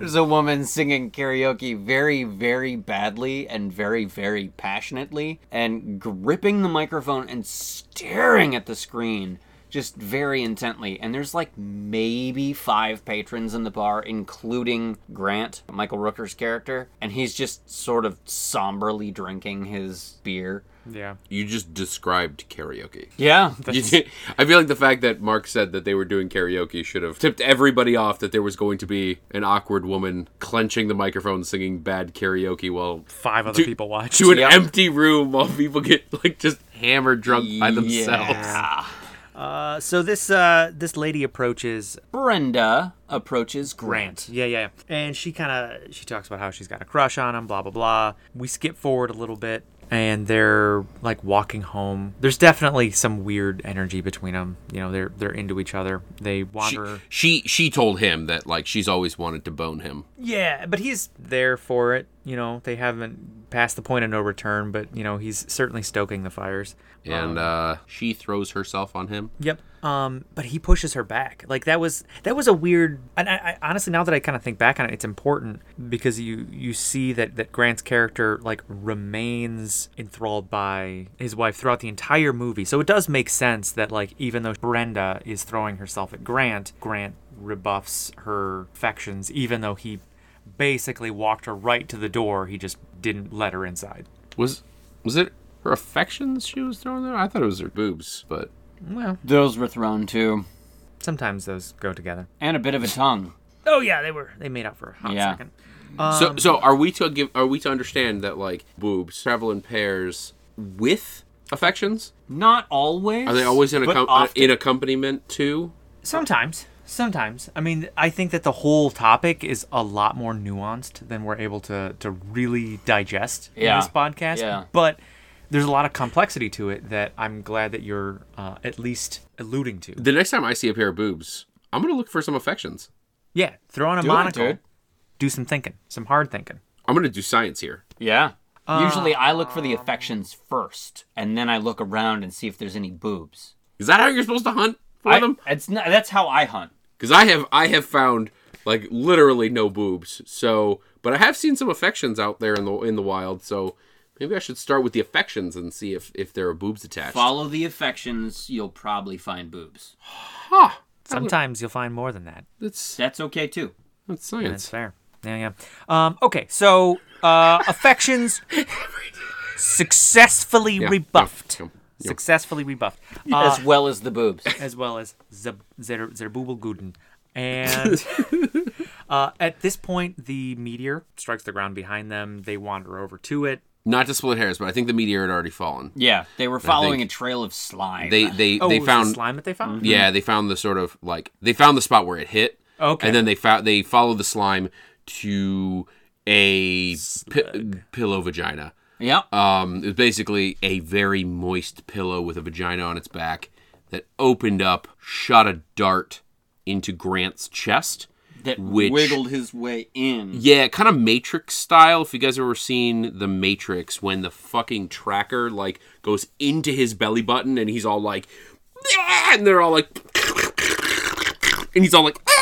Speaker 3: *laughs*
Speaker 4: there's a woman singing karaoke very, very badly and very, very passionately, and gripping the microphone and staring at the screen just very intently. And there's like maybe five patrons in the bar, including Grant, Michael Rooker's character, and he's just sort of somberly drinking his beer.
Speaker 3: yeah
Speaker 1: You just described karaoke.
Speaker 4: Yeah,
Speaker 1: You did- *laughs* I feel like the fact that Mark said that they were doing karaoke should have tipped everybody off that there was going to be an awkward woman clenching the microphone singing bad karaoke while
Speaker 3: five other people watch
Speaker 1: to an
Speaker 4: Yep.
Speaker 1: empty room while people get like just hammered drunk by themselves.
Speaker 4: Yeah.
Speaker 3: uh, so this uh, this lady approaches
Speaker 4: Brenda approaches Grant.
Speaker 3: Yeah, yeah. yeah. And she kind of she talks about how she's got a crush on him, blah blah blah. We skip forward a little bit and they're like walking home. There's definitely some weird energy between them. You know, they're they're into each other. They wander.
Speaker 1: She she told him that like she's always wanted to bone him.
Speaker 3: yeah, but he's there for it, you know. They haven't passed the point of no return, but you know, he's certainly stoking the fires.
Speaker 1: And uh, she throws herself on him.
Speaker 3: Yep. Um, but he pushes her back. Like that was that was a weird. And I, I honestly, now that I kind of think back on it, it's important because you you see that that Grant's character like remains enthralled by his wife throughout the entire movie. So it does make sense that like even though Brenda is throwing herself at Grant, Grant rebuffs her affections, even though he basically walked her right to the door. He just didn't let her inside.
Speaker 1: Was was it her affections she was throwing there? I thought it was her boobs, but
Speaker 3: Well,
Speaker 4: Those were thrown too.
Speaker 3: sometimes those go together.
Speaker 4: And a bit of a tongue.
Speaker 3: Oh yeah, they were. They made out for a hot
Speaker 4: Yeah.
Speaker 3: second.
Speaker 1: So, so are we to give? Are we to understand that like boobs travel in pairs with affections?
Speaker 4: Not always.
Speaker 1: Are they always in
Speaker 4: but
Speaker 1: accom- uh,
Speaker 4: often.
Speaker 1: in accompaniment to?
Speaker 3: Sometimes. Sometimes. I mean, I think that the whole topic is a lot more nuanced than we're able to to really digest
Speaker 4: Yeah.
Speaker 3: in this podcast.
Speaker 4: Yeah.
Speaker 3: But there's a lot of complexity to it that I'm glad that you're uh, at least alluding to.
Speaker 1: The next time I see a pair of boobs, I'm gonna look for some affections.
Speaker 3: Yeah, throw on a
Speaker 4: it,
Speaker 3: monocle.
Speaker 4: dude.
Speaker 3: Do some thinking, some hard thinking.
Speaker 1: I'm gonna do science here.
Speaker 4: Yeah. Usually I look for the affections first, and then I look around and see if there's any boobs.
Speaker 1: Is that how you're supposed to hunt for
Speaker 4: I,
Speaker 1: them?
Speaker 4: it's not, that's how I hunt.
Speaker 1: Because I have I have found like literally no boobs. So, but I have seen some affections out there in the in the wild. So maybe I should start with the affections and see if if there are boobs attached.
Speaker 4: Follow the affections, you'll probably find boobs.
Speaker 1: Huh.
Speaker 3: Sometimes you'll find more than that.
Speaker 1: That's
Speaker 4: That's okay too.
Speaker 1: that's
Speaker 3: That's
Speaker 1: science.
Speaker 3: fair. Yeah, yeah. Um, okay, so
Speaker 1: *laughs*
Speaker 3: uh, affections successfully
Speaker 1: yeah,
Speaker 3: rebuffed.
Speaker 1: yeah, yeah.
Speaker 3: Successfully rebuffed,
Speaker 4: as well as the *laughs* boobs.
Speaker 3: as well as Zeb- Zer- Zerubbabel Guden. And uh, at this point, the meteor strikes the ground behind them. They wander over to it.
Speaker 1: Not to split hairs, but I think the meteor had already fallen.
Speaker 4: Yeah, they were following a trail of slime.
Speaker 1: They they
Speaker 3: Oh,
Speaker 1: they
Speaker 3: was it
Speaker 1: found Mm-hmm.
Speaker 3: slime that they found.
Speaker 1: yeah they found the sort of like they found the spot where it hit.
Speaker 3: Oh, Okay.
Speaker 1: And then they found they followed the slime to a pi- pillow vagina.
Speaker 4: yep.
Speaker 1: Um, it was basically a very moist pillow with a vagina on its back that opened up, shot a dart into Grant's chest.
Speaker 4: that
Speaker 1: which-
Speaker 4: wiggled his way in.
Speaker 1: Yeah, kind of Matrix style. If you guys ever seen The Matrix, when the fucking tracker like goes into his belly button and he's all like, "Ah," and they're all like, and he's all like, ah!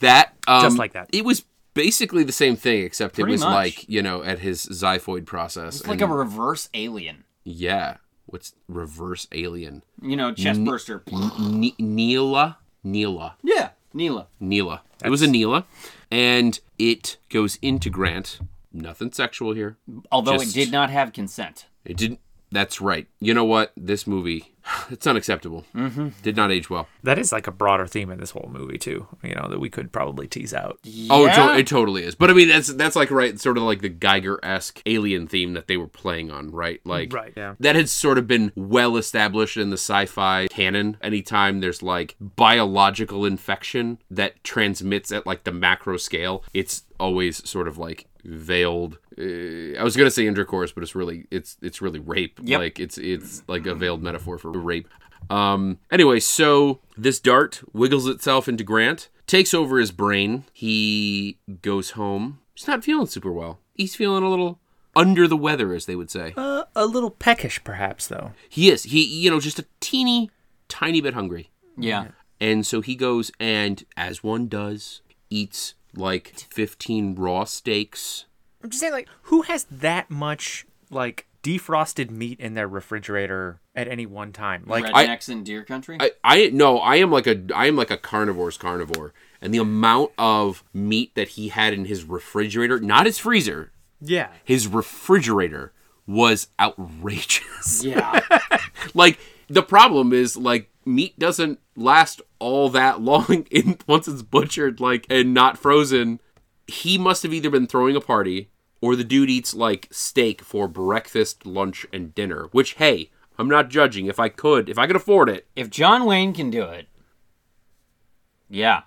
Speaker 1: that um,
Speaker 3: Just like that.
Speaker 1: It was basically the same thing, except it
Speaker 4: Pretty
Speaker 1: was
Speaker 4: much.
Speaker 1: like you know at his xiphoid process.
Speaker 4: It's like a
Speaker 1: and-
Speaker 4: reverse alien.
Speaker 1: yeah. What's reverse alien?
Speaker 4: You know, chest burster.
Speaker 1: N- Neela, Neela,
Speaker 4: Yeah, Neela.
Speaker 1: Neela. It was a Neela, and it goes into Grant. Nothing sexual here.
Speaker 4: Although
Speaker 1: Just-
Speaker 4: it did not have consent.
Speaker 1: It didn't. That's right. You know what? This movie, *sighs* it's unacceptable. Mm-hmm. Did not age well.
Speaker 3: That is like a broader theme in this whole movie too. You know that we could probably tease out.
Speaker 1: Oh, it, to-
Speaker 4: Yeah.
Speaker 1: it totally is. But I mean, that's that's like right, sort of like the Geiger esque alien theme that they were playing on, right? Like,
Speaker 3: Right, yeah.
Speaker 1: That had sort of been well established in the sci-fi canon. Anytime there's like biological infection that transmits at like the macro scale, it's always sort of like veiled. Uh, I was gonna say intercourse, but it's really it's it's really rape.
Speaker 4: Yep.
Speaker 1: Like it's it's like a veiled metaphor for rape. Um, anyway, so this dart wiggles itself into Grant, takes over his brain. He goes home. He's not feeling super well. He's feeling a little under the weather, as they would say.
Speaker 3: Uh, a little peckish, perhaps though.
Speaker 1: He is. He, you know, just a teeny, tiny bit hungry.
Speaker 4: Yeah.
Speaker 1: And so he goes and, as one does, eats like 15 raw steaks.
Speaker 3: I'm just saying, like, who has that much like defrosted meat in their refrigerator at any one time? Like,
Speaker 4: Rednecks in deer country?
Speaker 1: I, I no, I am like a I am like a carnivore's carnivore. And the amount of meat that he had in his refrigerator, not his freezer,
Speaker 3: yeah,
Speaker 1: his refrigerator was outrageous.
Speaker 4: yeah.
Speaker 1: like the problem is like meat doesn't last all that long *laughs* in once it's butchered like and not frozen. He must have either been throwing a party or the dude eats like steak for breakfast, lunch and dinner, which hey, I'm not judging. If I could, if I could afford it, *laughs*
Speaker 4: if John Wayne can do it, yeah.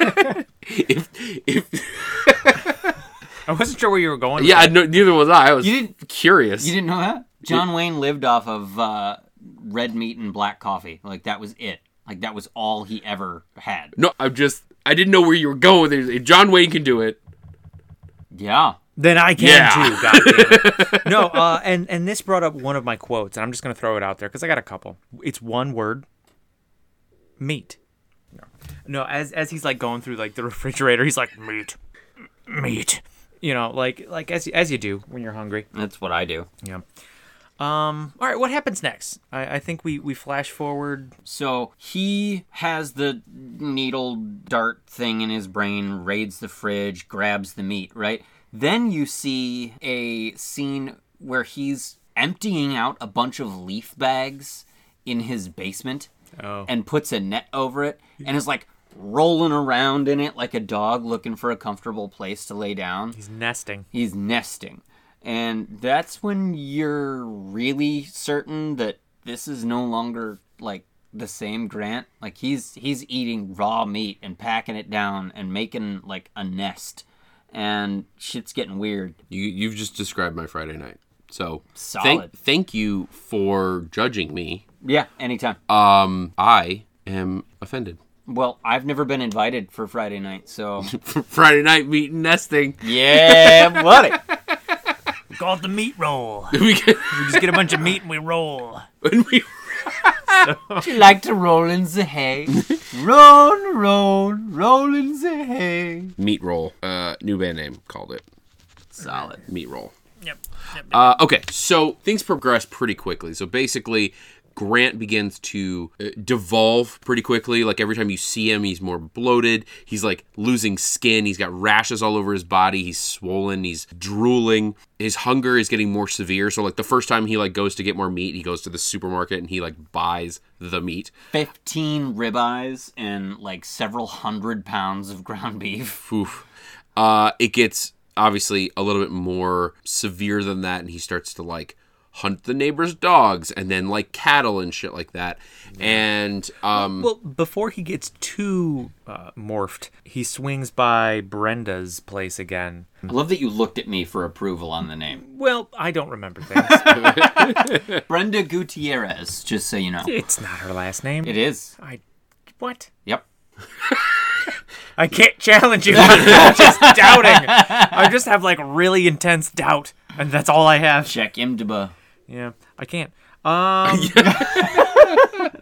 Speaker 1: if if
Speaker 3: I wasn't sure where you were going. with
Speaker 1: yeah, I know neither was I. I was
Speaker 4: You
Speaker 1: curious.
Speaker 4: You didn't know that? John Wayne lived off of uh, red meat and black coffee. Like, that was it. Like, that was all he ever had.
Speaker 1: no, I'm just I didn't know where you were going with it. If John Wayne can do it,
Speaker 4: Yeah.
Speaker 3: Then I can
Speaker 1: Yeah.
Speaker 3: too. God damn it. no, uh, and and this brought up one of my quotes, and I'm just gonna throw it out there because I got a couple. It's one word. Meat. No, no. As as he's like going through like the refrigerator, he's like meat, meat. You know, like like as as you do when you're hungry.
Speaker 4: That's what I do.
Speaker 3: Yeah. Um. All right. What happens next? I I think we we flash forward.
Speaker 4: So he has the needle dart thing in his brain, raids the fridge, grabs the meat, right? Then you see a scene where he's emptying out a bunch of leaf bags in his basement and puts a net over it and is like rolling around in it like a dog looking for a comfortable place to lay down
Speaker 3: He's nesting.
Speaker 4: he's nesting and that's when you're really certain that this is no longer like the same grant like he's he's eating raw meat and packing it down and making like a nest and shit's getting weird
Speaker 1: You you've just described my Friday night. So
Speaker 4: Solid.
Speaker 1: Thank, thank you for judging me.
Speaker 4: yeah anytime Uh,
Speaker 1: Um, I am offended. *laughs*
Speaker 4: well i've never been invited for friday night so
Speaker 1: Friday night meat and nesting. *laughs*
Speaker 4: yeah buddy
Speaker 3: *laughs* We call it the meat roll.
Speaker 1: We get-
Speaker 3: We just get a bunch of meat and we roll.
Speaker 1: when we
Speaker 4: She liked to roll in the hay. roll, roll, roll in the hay.
Speaker 1: Meat Roll, uh, new band name called it.
Speaker 4: Solid.
Speaker 1: meat roll. Yep. Uh, okay, so things progress pretty quickly. So basically, Grant begins to uh, devolve pretty quickly. Like every time you see him, he's more bloated. He's like losing skin. He's got rashes all over his body. He's swollen. He's drooling. His hunger is getting more severe. So like the first time he like goes to get more meat, he goes to the supermarket and he like buys the meat.
Speaker 4: 15 ribeyes and like several hundred pounds of ground beef.
Speaker 1: Oof. Uh, it gets obviously a little bit more severe than that, and he starts to like hunt the neighbor's dogs and then like cattle and shit like that. And um,
Speaker 3: Well, before he gets too uh, morphed, he swings by Brenda's place again.
Speaker 4: I love that you looked at me for approval on the name.
Speaker 3: Well, I don't remember things.
Speaker 4: Brenda Gutierrez, just so you know.
Speaker 3: it's not her last name.
Speaker 4: It is.
Speaker 3: I what?
Speaker 4: Yep.
Speaker 3: I can't challenge you. I'm just doubting. I just have like really intense doubt, and that's all I have.
Speaker 4: Check IMDb.
Speaker 3: Yeah, I can't. Um,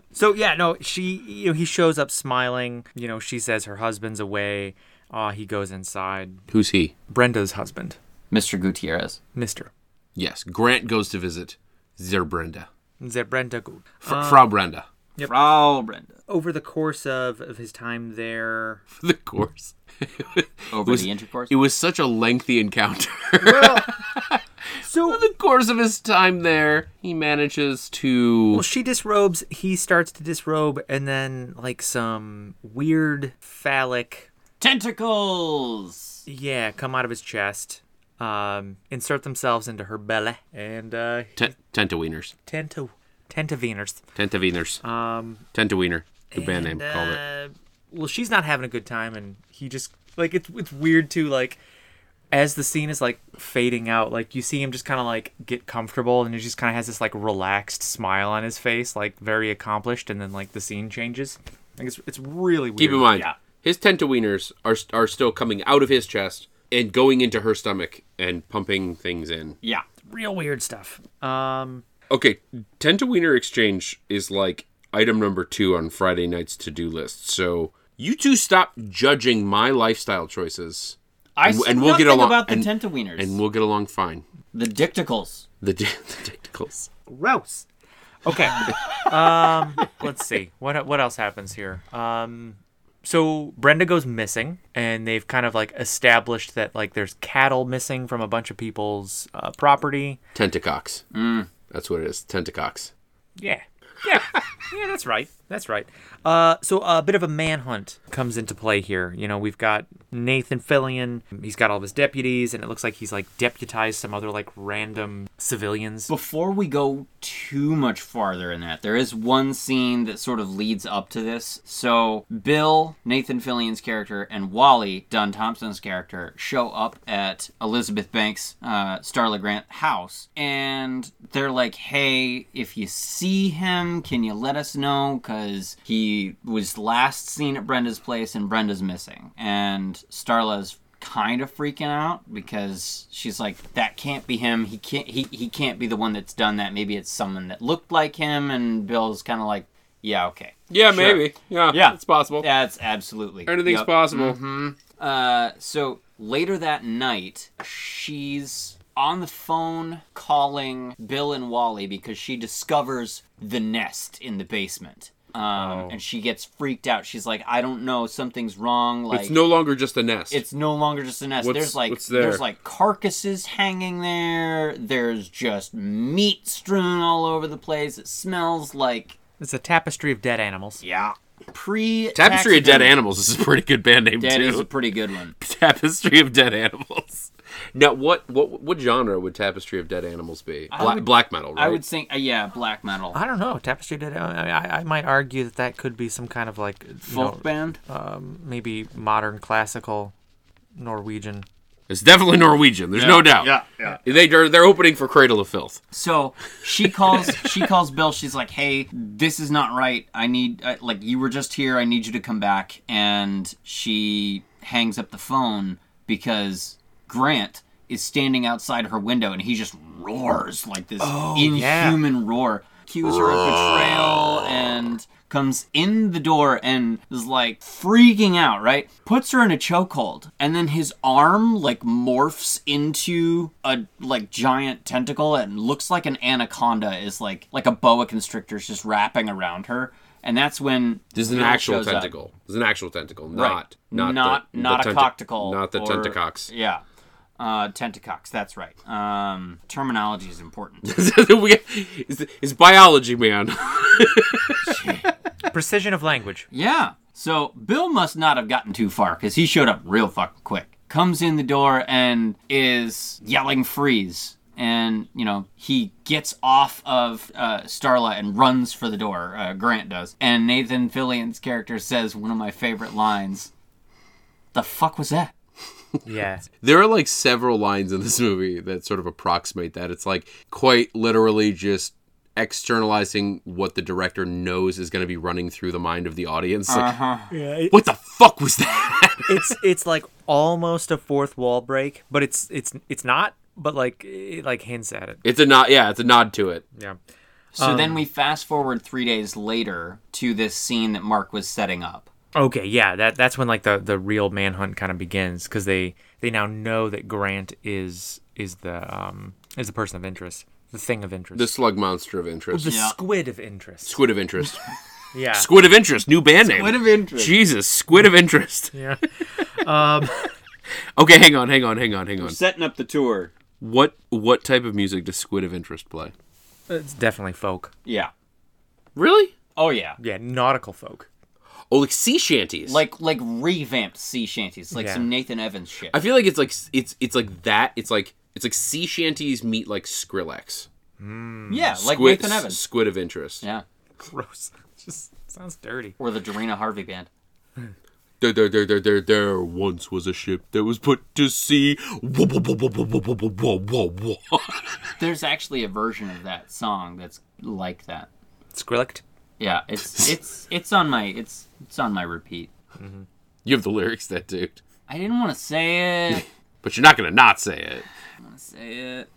Speaker 3: *laughs* so yeah, no, she, you know, he shows up smiling. You know, she says her husband's away. Uh, he goes inside.
Speaker 1: who's he?
Speaker 3: Brenda's husband,
Speaker 4: Mr. Gutierrez.
Speaker 3: Mister.
Speaker 1: Yes, Grant goes to visit Zer Brenda,
Speaker 3: Is that Brenda Good?
Speaker 1: Fr- Frau Brenda. *laughs*
Speaker 4: Frau Brenda.
Speaker 3: Over the course of, of his time there,
Speaker 1: For the course,
Speaker 4: Over
Speaker 1: was-
Speaker 4: the intercourse.
Speaker 1: it was such a lengthy encounter. *laughs*
Speaker 3: so
Speaker 1: For the course of his time there, he manages to
Speaker 3: Well, she disrobes, he starts to disrobe, and then like some weird phallic,
Speaker 4: Tentacles!
Speaker 3: yeah, come out of his chest, um, insert themselves into her belly, and uh,
Speaker 1: te- tentawieners,
Speaker 3: tenta, tentaveners.
Speaker 1: tentawieners, um, tentawiener. The band name
Speaker 3: And,
Speaker 1: called it.
Speaker 3: uh, Well, she's not having a good time, and he just like it's it's weird too. Like as the scene is like fading out, like you see him just kind of like get comfortable, and he just kind of has this like relaxed smile on his face, like very accomplished, and then like the scene changes. Like it's it's really weird.
Speaker 1: Keep in mind,
Speaker 4: Yeah.
Speaker 1: his tentawieners are are still coming out of his chest and going into her stomach and pumping things in.
Speaker 4: Yeah.
Speaker 3: real weird stuff. Um,
Speaker 1: Okay, tentawiener exchange is like item number two on Friday night's to do list. So you two stop judging my lifestyle choices,
Speaker 4: I
Speaker 1: And-
Speaker 4: said
Speaker 1: and we'll get
Speaker 4: nothing
Speaker 1: along-
Speaker 4: about the
Speaker 1: and-
Speaker 4: tentawieners.
Speaker 1: and we'll get along fine.
Speaker 4: the dictacles.
Speaker 1: The, d- *laughs* the tentacles.
Speaker 3: gross. Okay. *laughs* um, let's see what what else happens here. Um, so Brenda goes missing, and they've kind of like established that like there's cattle missing from a bunch of people's uh, property.
Speaker 1: Tentacocks.
Speaker 4: Mm.
Speaker 1: That's what it is. Tentacocks.
Speaker 3: Yeah. Yeah. yeah, that's right. That's right. Uh, so a bit of a manhunt comes into play here. You know, we've got Nathan Fillion. He's got all of his deputies, and it looks like he's like deputized some other like random civilians.
Speaker 4: Before we go too much farther in that, there is one scene that sort of leads up to this. So, Bill, Nathan Fillion's character, and Wally, Don Thompson's character, show up at Elizabeth Banks' uh, Starla Grant house. And they're like, hey, if you see him, can you let us know? Because he was last seen at Brenda's place and Brenda's missing. And Starla's kind of freaking out because she's like that can't be him he can't he, he can't be the one that's done that maybe it's someone that looked like him and bill's kind of like yeah okay
Speaker 1: Yeah,
Speaker 4: Sure.
Speaker 1: maybe. Yeah,
Speaker 4: Yeah.
Speaker 1: It's possible.
Speaker 4: that's absolutely
Speaker 1: Anything's
Speaker 4: yep. Mm-hmm.
Speaker 1: possible.
Speaker 4: Uh, so later that night, she's on the phone calling Bill and Wally because she discovers the nest in the basement. Um,
Speaker 1: Oh.
Speaker 4: and she gets freaked out. She's like, I don't know, something's wrong. Like
Speaker 1: It's no longer just a nest.
Speaker 4: it's no longer just a nest.
Speaker 1: What's-
Speaker 4: there's like
Speaker 1: what's there?
Speaker 4: there's like carcasses hanging there. There's just meat strewn all over the place. It smells like
Speaker 3: It's a tapestry of dead animals.
Speaker 4: yeah. Pre
Speaker 1: Tapestry of Dead Animals is a pretty good band name
Speaker 4: That
Speaker 1: too.
Speaker 4: is a pretty good one.
Speaker 1: *laughs* Tapestry of Dead Animals. Now, what what what genre would Tapestry of Dead Animals be? Bla-
Speaker 4: would-
Speaker 1: black metal, right?
Speaker 4: I would think, uh, yeah, black metal.
Speaker 3: I don't know. Tapestry did. I, I, I might argue that that could be some kind of like you
Speaker 4: folk
Speaker 3: know,
Speaker 4: band.
Speaker 3: maybe modern classical Norwegian.
Speaker 1: It's definitely Norwegian. There's no doubt. Yeah, yeah. They they're, they're opening for Cradle of Filth.
Speaker 4: So she calls she calls Bill. She's like, "Hey, this is not right. I need uh, like you were just here. I need you to come back." And she hangs up the phone because Grant is standing outside her window and he just roars like this
Speaker 3: yeah.
Speaker 4: inhuman roar. accuse her of betrayal and comes in the door and is like freaking out, right? Puts her in a chokehold. And then his arm like morphs into a like giant tentacle and looks like an anaconda is like like a boa constrictor is just wrapping around her. And that's when
Speaker 1: This is an
Speaker 4: Bill
Speaker 1: actual
Speaker 4: shows up.
Speaker 1: tentacle. This is an actual tentacle, not
Speaker 4: Right.
Speaker 1: not
Speaker 4: not
Speaker 1: the,
Speaker 4: not
Speaker 1: the
Speaker 4: a
Speaker 1: tenta-
Speaker 4: cocticle.
Speaker 1: not the
Speaker 4: or- *laughs*
Speaker 1: tentacox.
Speaker 4: Yeah. Uh, tentacox, that's right. Um, terminology is important.
Speaker 1: *laughs* we, it's, it's biology, man.
Speaker 3: Precision of language.
Speaker 4: Yeah. So Bill must not have gotten too far because he showed up real fucking quick. Comes in the door and is yelling freeze. And, you know, he gets off of uh, Starla and runs for the door. Uh, Grant does. And Nathan Fillion's character says one of my favorite lines The fuck was that?
Speaker 3: *laughs* Yeah.
Speaker 1: there are like several lines in this *laughs* movie that sort of approximate that. It's like quite literally just externalizing what the director knows is going to be running through the mind of the audience. Like,
Speaker 4: Uh-huh.
Speaker 1: what the fuck was that? *laughs*
Speaker 3: it's it's like almost a fourth wall break, but it's it's it's not, but like it like hints at it.
Speaker 1: it's a nod. Yeah, it's a nod to it.
Speaker 3: Yeah.
Speaker 4: So
Speaker 2: Um.
Speaker 4: then we fast forward three days later to this scene that Mark was setting up.
Speaker 3: Okay, yeah, that that's when like the the real manhunt kind of begins cuz they they now know that Grant is is the um is the person of interest, the thing of interest.
Speaker 1: The slug monster of interest.
Speaker 3: the
Speaker 4: Yeah.
Speaker 3: squid of interest.
Speaker 1: Squid of interest.
Speaker 3: yeah.
Speaker 1: Squid of interest. New band name.
Speaker 4: Squid of interest.
Speaker 1: Jesus, squid of interest.
Speaker 3: Yeah.
Speaker 1: *laughs* Okay, hang on, hang on, hang on, hang on.
Speaker 2: Setting up the tour.
Speaker 1: What what type of music does squid of interest play?
Speaker 3: It's definitely folk.
Speaker 4: Yeah.
Speaker 1: Really?
Speaker 4: Oh, yeah.
Speaker 3: Yeah, nautical folk.
Speaker 1: Oh, like sea shanties.
Speaker 4: Like, like revamped sea shanties, like
Speaker 3: Yeah.
Speaker 4: some Nathan Evans shit.
Speaker 1: I feel like it's like it's it's like that. It's like it's like sea shanties meet like Skrillex.
Speaker 4: Yeah, like
Speaker 1: Squid,
Speaker 4: Nathan Evans.
Speaker 1: Squid of interest.
Speaker 4: yeah,
Speaker 3: Gross. *laughs* Just sounds dirty.
Speaker 4: or the Dorina Harvey band.
Speaker 1: There, there, there, there, there, there once was a ship that was put to sea. Whoa, whoa, whoa, whoa, whoa, whoa, whoa, whoa, whoa, whoa. *laughs*
Speaker 4: There's actually a version of that song that's like that.
Speaker 3: Skrillex.
Speaker 4: Yeah,
Speaker 1: *laughs*
Speaker 4: it's it's it's on my it's it's on my repeat.
Speaker 1: You have the lyrics, that dude.
Speaker 4: I didn't want to say it.
Speaker 1: But you're not gonna not say it.
Speaker 4: say it.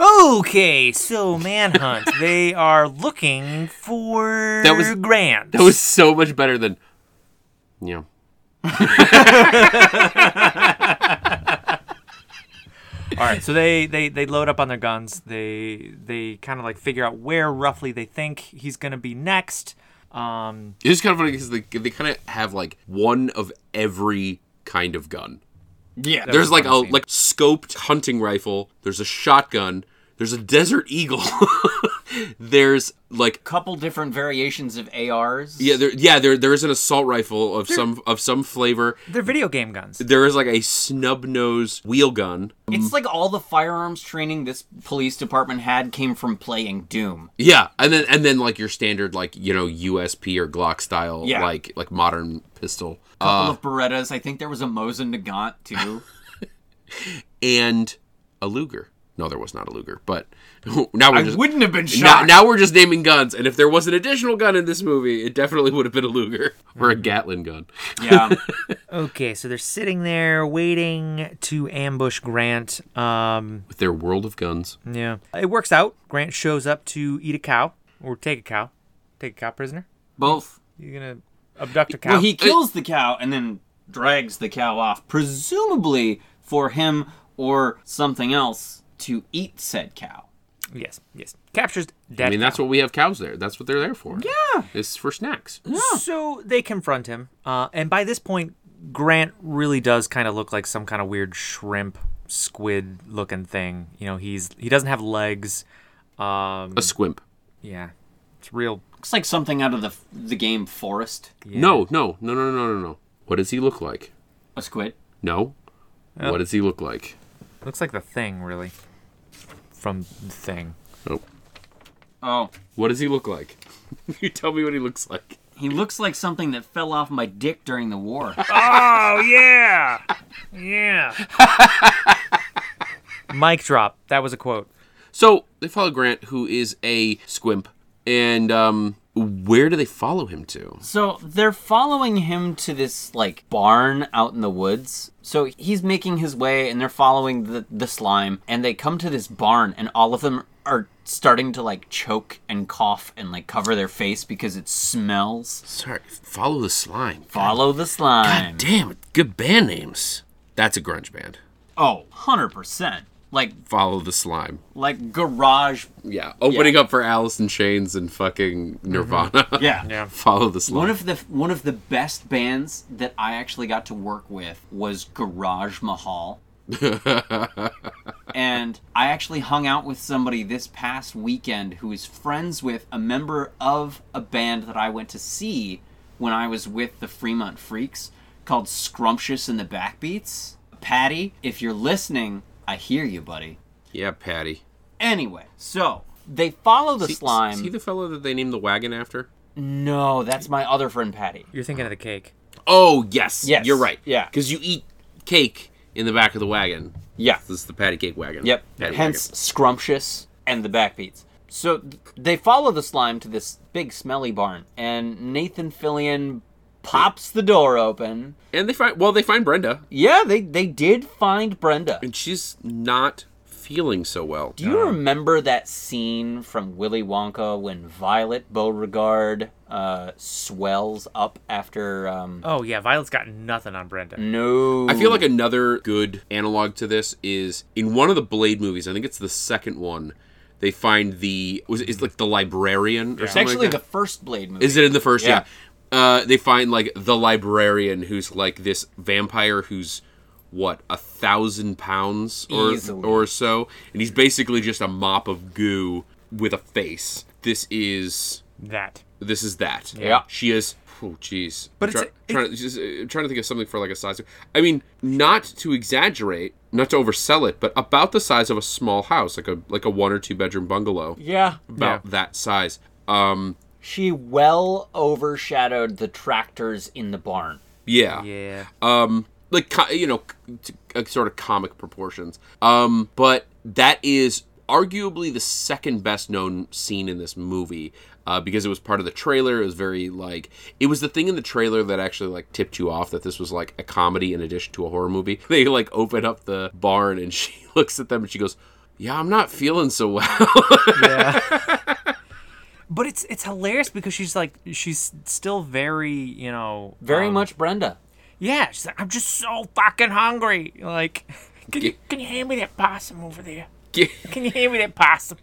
Speaker 3: Okay, so *laughs* manhunt. they are looking for
Speaker 1: That was-
Speaker 3: Grant.
Speaker 1: That was so much better than. Yeah.
Speaker 3: All right, so they, they they load up on their guns. They they kind of like figure out where roughly they think he's gonna be next. Um,
Speaker 1: It's kind of funny because they, they kind of have like one of every kind of gun.
Speaker 4: Yeah,
Speaker 1: There's like a
Speaker 3: fun scene.
Speaker 1: like scoped hunting rifle. There's a shotgun. There's a Desert Eagle. *laughs* there's like
Speaker 4: couple different variations of ARs.
Speaker 1: yeah there yeah there there is an assault rifle of some of some flavor.
Speaker 3: they're video game guns.
Speaker 1: There is like a snub nose wheel gun.
Speaker 4: it's like all the firearms training this police department had came from playing Doom.
Speaker 1: Yeah, and then and then like your standard like you know USP or Glock style
Speaker 4: Yeah.
Speaker 1: like like modern pistol.
Speaker 4: A couple of Berettas. I think there was a Mosin Nagant
Speaker 1: *laughs*
Speaker 4: too.
Speaker 1: and a Luger. No, there was not a Luger, but *laughs* now we're
Speaker 4: I
Speaker 1: just
Speaker 4: wouldn't have been
Speaker 1: now,
Speaker 4: shocked.
Speaker 1: now we're just naming guns, and if there was an additional gun in this movie, it definitely would have been a Luger *laughs* or a Gatlin gun. *laughs*
Speaker 4: yeah,
Speaker 3: Okay, so they're sitting there waiting to ambush Grant. Um,
Speaker 1: With their world of guns,
Speaker 3: yeah, it works out. Grant shows up to eat a cow or take a cow, take a cow prisoner.
Speaker 4: both.
Speaker 3: You gonna abduct a cow?
Speaker 4: Well, he kills the cow and then drags the cow off, presumably for him or something else to eat said cow.
Speaker 3: yes, yes. Captures dead.
Speaker 1: I mean, that's what we have cows there. That's what they're there for. Yeah, it's for snacks.
Speaker 3: So they confront him, uh, and by this point, Grant really does kind of look like some kind of weird shrimp, squid-looking thing. You know, he's he doesn't have legs. Um,
Speaker 1: A squimp.
Speaker 3: yeah, it's real.
Speaker 4: Looks like something out of the the game Forest.
Speaker 1: No, no, no, no, no, no, no. What does he look like?
Speaker 4: A squid.
Speaker 1: No. What does he look like?
Speaker 3: Looks like the thing, really, from the thing.
Speaker 1: Nope.
Speaker 4: Oh,
Speaker 1: What does he look like? *laughs* you tell me what he looks like.
Speaker 4: he looks like something that fell off my dick during the war.
Speaker 3: Oh yeah, yeah. Mic drop. That was a quote.
Speaker 1: So they follow Grant, who is a squimp, and um, Where do they follow him to?
Speaker 4: So they're following him to this like barn out in the woods. So he's making his way and they're following the, the slime and they come to this barn and all of them are starting to like choke and cough and like cover their face because it smells.
Speaker 1: Sorry, follow the slime.
Speaker 4: Follow the slime.
Speaker 1: God damn, good band names. That's a grunge band.
Speaker 4: Oh, 100%. Like
Speaker 1: Follow the slime.
Speaker 4: like garage.
Speaker 1: Yeah, opening up for Alice in Chains and fucking Nirvana.
Speaker 4: Mm-hmm. Yeah.
Speaker 1: *laughs* follow the slime.
Speaker 4: One of the one of the best bands that I actually got to work with was Garage Mahal. and I actually hung out with somebody this past weekend who is friends with a member of a band that I went to see when I was with the Fremont Freaks called Scrumptious and the Backbeats. Patty, if you're listening, I hear you, buddy.
Speaker 1: yeah, Patty.
Speaker 4: Anyway, so they follow the slime.
Speaker 1: Is he the fellow that they named the wagon after?
Speaker 4: no, that's my other friend Patty.
Speaker 3: You're thinking of the cake.
Speaker 1: Oh yes,
Speaker 4: Yes.
Speaker 1: You're right.
Speaker 4: Yeah.
Speaker 1: because you eat cake in the back of the wagon.
Speaker 4: Yeah.
Speaker 1: This is the patty cake wagon.
Speaker 4: Yep.
Speaker 1: Patty
Speaker 4: Hence scrumptious and the backbeats. So th- they follow the slime to this big smelly barn, and Nathan Fillion pops the door open.
Speaker 1: wagon. and they find well, they find Brenda,
Speaker 4: Yeah, they they did find Brenda.
Speaker 1: and she's not feeling so well.
Speaker 4: Do you remember that scene from Willy Wonka when Violet Beauregard uh, swells up after? Um,
Speaker 3: Oh yeah, Violet's got nothing on Brenda.
Speaker 1: Mm.
Speaker 4: No,
Speaker 1: I feel like another good analog to this is in one of the Blade movies. I think it's the second one. They find the was it, it's like the librarian or
Speaker 4: it's
Speaker 1: something.
Speaker 4: actually
Speaker 1: like
Speaker 4: the
Speaker 1: that.
Speaker 4: first Blade movie.
Speaker 1: is it in the first?
Speaker 4: Yeah.
Speaker 1: Yeah. Uh, they find like the librarian who's like this vampire who's what a thousand pounds or
Speaker 4: Easily.
Speaker 1: or so, and he's basically just a mop of goo with a face. This is
Speaker 3: That.
Speaker 1: this is that.
Speaker 4: Yeah.
Speaker 1: She is. Oh, jeez. I'm
Speaker 3: But it's-
Speaker 1: try- trying, to, just, uh, trying to think of something for like a size. Of, I mean, not to exaggerate, not to oversell it, but about the size of a small house, like a like a one or two bedroom bungalow,
Speaker 4: Yeah,
Speaker 1: about that size. Um,
Speaker 4: she well overshadowed the tractors in the barn.
Speaker 1: yeah, *laughs*
Speaker 3: Yeah.
Speaker 1: Um, like co- you know, c- t- uh, sort of comic proportions. Um, but that is arguably the second best known scene in this movie. Uh, because it was part of the trailer, it was very like it was the thing in the trailer that actually like tipped you off that this was like a comedy in addition to a horror movie. *laughs* They like open up the barn and *laughs* she looks at them and she goes, "Yeah, I'm not feeling so well." *laughs*
Speaker 3: But it's it's hilarious because she's like she's still very you know
Speaker 4: Very
Speaker 3: um,
Speaker 4: much Brenda.
Speaker 3: yeah she's like I'm just so fucking hungry like *laughs* can you, can you hand me that possum over there can you hand me that possum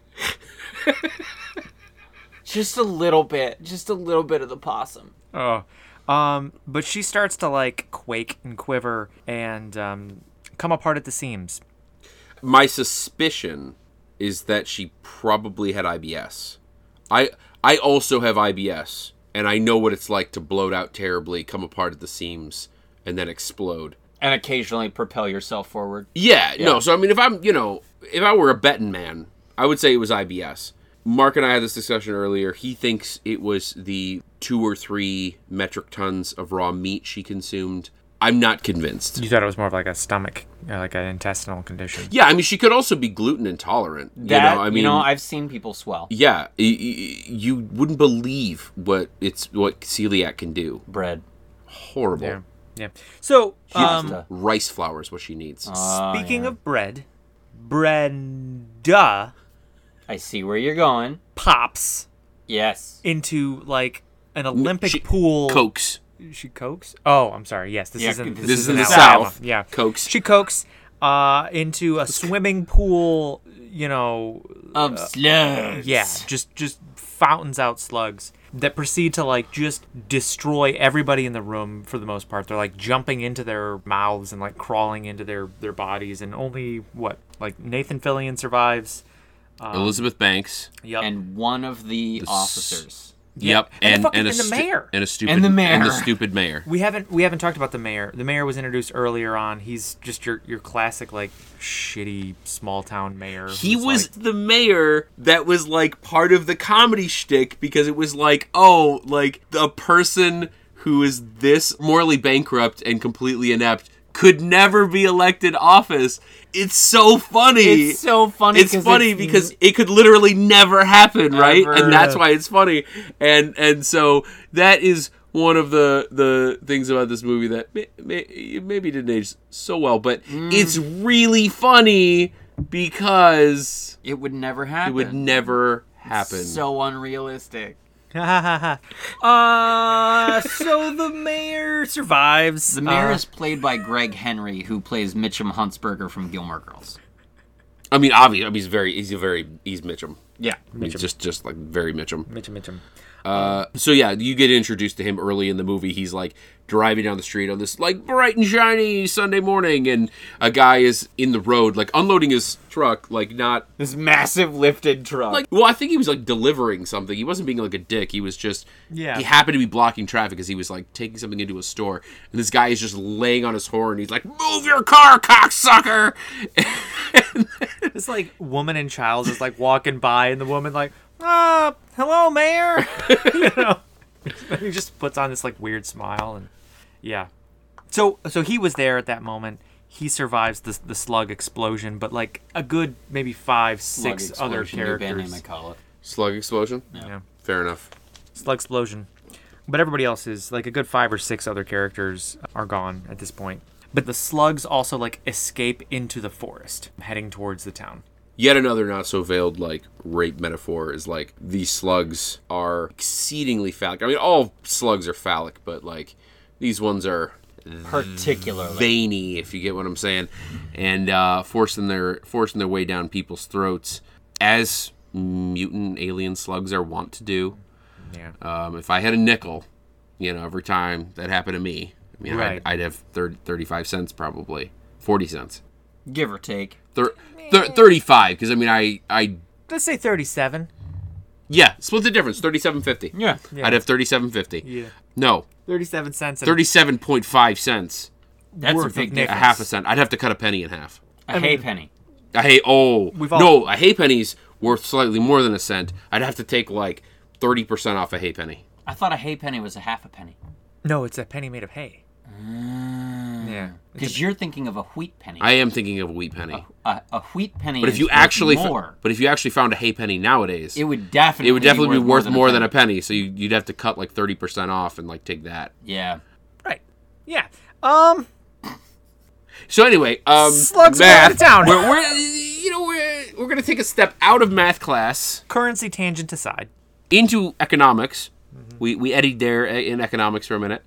Speaker 4: Just a little bit. Just a little bit of the possum.
Speaker 3: Oh. Um, but she starts to like quake and quiver and um, come apart at the seams.
Speaker 1: my suspicion is that she probably had IBS. I I also have IBS, and I know what it's like to bloat out terribly, come apart at the seams, and then explode.
Speaker 4: And occasionally propel yourself forward.
Speaker 1: Yeah, no. So I mean, if I'm you know, if I were a betting man, I would say it was IBS. Mark and I had this discussion earlier. He thinks it was the two or three metric tons of raw meat she consumed. I'm not convinced.
Speaker 3: You thought it was more of like a stomach, uh, like an intestinal condition.
Speaker 1: Yeah, I mean, she could also be gluten intolerant.
Speaker 4: That,
Speaker 1: you know, I mean,
Speaker 4: I've seen people swell.
Speaker 1: Yeah, y- y- you wouldn't believe what it's what celiac can do.
Speaker 4: Bread.
Speaker 1: Horrible.
Speaker 3: Yeah. Yeah. So, um,
Speaker 4: Pasta.
Speaker 1: Rice flour is what she needs.
Speaker 4: uh,
Speaker 3: speaking
Speaker 4: oh,
Speaker 3: of bread, Brenda
Speaker 4: I see where you're going.
Speaker 3: pops
Speaker 4: Yes.
Speaker 3: into like an Olympic
Speaker 1: she-
Speaker 3: pool.
Speaker 1: Cokes.
Speaker 3: She cokes? Oh, I'm sorry. Yes, this
Speaker 4: Yeah,
Speaker 3: isn't.
Speaker 4: this
Speaker 1: This is in the
Speaker 3: Alabama.
Speaker 1: South.
Speaker 3: Yeah.
Speaker 1: Cokes.
Speaker 3: She cokes uh, into a swimming pool, you know,
Speaker 4: Of slugs.
Speaker 3: Yeah, just just fountains out slugs that proceed to like just destroy everybody in the room for the most part. They're like jumping into their mouths and like crawling into their their bodies, and only what like Nathan Fillion survives.
Speaker 1: Ah. Elizabeth Banks.
Speaker 3: Yep.
Speaker 4: And one of the officers.
Speaker 1: Yep.
Speaker 3: And the fucking- and the mayor.
Speaker 1: And a stupid
Speaker 4: And the mayor.
Speaker 1: And the *laughs* stupid mayor.
Speaker 3: we haven't we haven't talked about the mayor. The mayor was introduced earlier on. He's just your your classic like shitty small town mayor.
Speaker 1: He
Speaker 3: who's,
Speaker 1: was
Speaker 3: like-
Speaker 1: the mayor that was like part of the comedy shtick because it was like, oh, like the person who is this morally bankrupt and completely inept could never be elected office. It's so funny.
Speaker 4: It's so funny
Speaker 1: It's
Speaker 4: 'cause
Speaker 1: funny
Speaker 4: it's-
Speaker 1: because it could literally never happen, right?
Speaker 4: Ever.
Speaker 1: And that's why it's funny. And and so that is one of the the things about this movie that may, may, it maybe didn't age so well, but it's really funny because
Speaker 4: It would never happen.
Speaker 1: it would never happen.
Speaker 4: So unrealistic.
Speaker 3: *laughs* uh, so the mayor survives.
Speaker 4: The mayor
Speaker 3: Uh,
Speaker 4: is played by Greg Henry, who plays Mitchum Huntsberger from Gilmore Girls.
Speaker 1: I mean, obviously, I mean, he's very, he's a very, he's Mitchum.
Speaker 4: Yeah.
Speaker 1: He's just, just like very Mitchum.
Speaker 3: Mitchum, Mitchum.
Speaker 1: So yeah, you get introduced to him early in the movie. He's like driving down the street on this like bright and shiny Sunday morning, and a guy is in the road like unloading his truck, like not
Speaker 2: This massive lifted truck.
Speaker 1: like well, I think he was like delivering something. He wasn't being like a dick. He was just
Speaker 3: Yeah.
Speaker 1: He happened to be blocking traffic as he was like taking something into a store, and this guy is just laying on his horn. He's like, "Move your car, cocksucker!" *laughs*
Speaker 3: This like woman and child is like walking by, and the woman like, uh, hello, mayor. *laughs* you know, he just puts on this like weird smile, and yeah. So so he was there at that moment. He survives the the slug explosion, but like a good maybe five
Speaker 4: Slug
Speaker 3: six other
Speaker 4: Explosion, new band
Speaker 3: characters.
Speaker 4: name I call it.
Speaker 1: Slug explosion.
Speaker 3: Yeah.
Speaker 1: Fair enough.
Speaker 3: Slug explosion. But everybody else is like a good five or six other characters are gone at this point. But the slugs also like escape into the forest, heading towards the town.
Speaker 1: Yet another not so veiled like rape metaphor is like these slugs are exceedingly phallic. I mean, all slugs are phallic, but like these ones are
Speaker 4: Particularly.
Speaker 1: veiny, if you get what I'm saying, and uh, forcing their forcing their way down people's throats as mutant alien slugs are wont to do.
Speaker 3: Yeah.
Speaker 1: Um, if I had a nickel, you know, every time that happened to me, I mean,
Speaker 3: Right.
Speaker 1: I'd, I'd have 30, 35 cents probably, forty cents,
Speaker 4: Give or take.
Speaker 1: Thir- thir- thirty-five. Because I mean, I I
Speaker 3: Let's say thirty-seven.
Speaker 1: Yeah, split the difference. Thirty-seven fifty.
Speaker 4: Yeah.
Speaker 1: I'd have thirty-seven fifty.
Speaker 3: Yeah.
Speaker 1: No,
Speaker 3: 37 cents. and
Speaker 1: thirty-seven point five cents,
Speaker 4: That's
Speaker 3: worth
Speaker 4: a
Speaker 3: of
Speaker 4: big
Speaker 1: a
Speaker 3: nickels.
Speaker 4: difference.
Speaker 1: half a cent. I'd have to cut a penny in half.
Speaker 4: A hay penny.
Speaker 1: A hey, oh,
Speaker 3: We've all-
Speaker 1: no, a hay penny's worth slightly more than a cent. I'd have to take like thirty percent off a hay penny.
Speaker 4: I thought a hay penny was a half a penny.
Speaker 3: No, it's a penny made of hay.
Speaker 1: Mm.
Speaker 3: Yeah.
Speaker 4: Because you're thinking of a wheat penny.
Speaker 1: I am thinking of a wheat penny,
Speaker 4: a, a wheat penny.
Speaker 1: but if
Speaker 4: is
Speaker 1: you
Speaker 4: worth
Speaker 1: actually, f-
Speaker 4: more,
Speaker 1: but if you actually found a hay penny nowadays,
Speaker 4: it would definitely
Speaker 1: it would definitely be worth, more than, a
Speaker 4: penny.
Speaker 1: penny. So you, you'd have to cut like thirty percent off and like take that.
Speaker 4: Yeah.
Speaker 3: Right. Yeah. Um,
Speaker 1: So anyway, um,
Speaker 3: Slugs are
Speaker 1: math,
Speaker 3: out of town.
Speaker 1: We're, we're you know we're we're gonna take a step out of math class
Speaker 3: currency tangent aside.
Speaker 1: into economics.
Speaker 3: Mm-hmm.
Speaker 1: We we eddied there uh, in economics for a minute.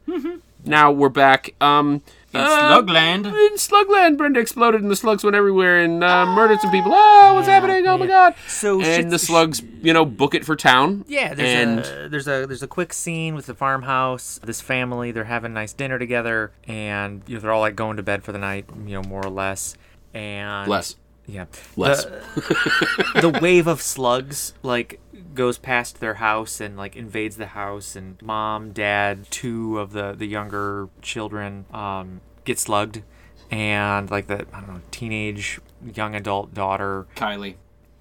Speaker 1: Now we're back. Um, in
Speaker 4: Slugland.
Speaker 1: In Slugland, Brenda exploded and the slugs went everywhere and uh, murdered some people. Oh, what's happening? Oh my god!
Speaker 3: Ah, So
Speaker 1: and
Speaker 3: shit's-
Speaker 1: the slugs, you know, book it for town.
Speaker 3: Yeah, there's
Speaker 1: and
Speaker 3: a there's a there's a quick scene with the farmhouse. This family, they're having nice dinner together, and you know they're all like going to bed for the night, you know, more or less. And
Speaker 1: less
Speaker 3: Yeah.
Speaker 1: less. *laughs*
Speaker 3: the wave of slugs like goes past their house and like invades the house and mom dad two of the the younger children um get slugged and like the i don't know teenage young adult daughter
Speaker 4: Kylie.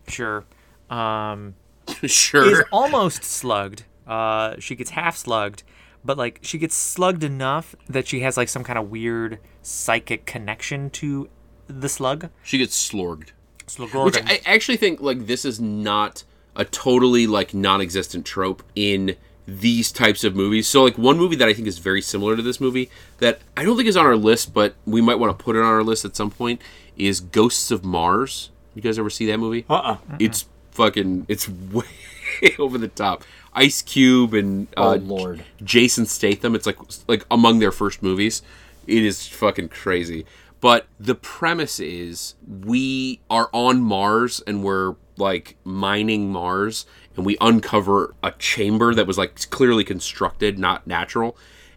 Speaker 3: sure um
Speaker 1: *laughs*
Speaker 3: is
Speaker 1: sure.
Speaker 3: almost slugged uh she gets half slugged but like she gets slugged enough that she has like some kind of weird psychic connection to the slug
Speaker 1: She gets slorged. Which
Speaker 3: Slugorgan.
Speaker 1: I actually think like this is not a totally like non-existent trope in these types of movies. So like one movie that I think is very similar to this movie that I don't think is on our list, but we might want to put it on our list at some point is Ghosts of Mars. You guys ever see that movie?
Speaker 2: uh-uh.
Speaker 1: It's fucking it's way *laughs* over the top. Ice Cube and uh,
Speaker 4: Oh, Lord.
Speaker 1: Jason Statham. It's like like among their first movies. It is fucking crazy. But the premise is we are on Mars and we're like mining Mars and we uncover a chamber that was like clearly constructed, not natural,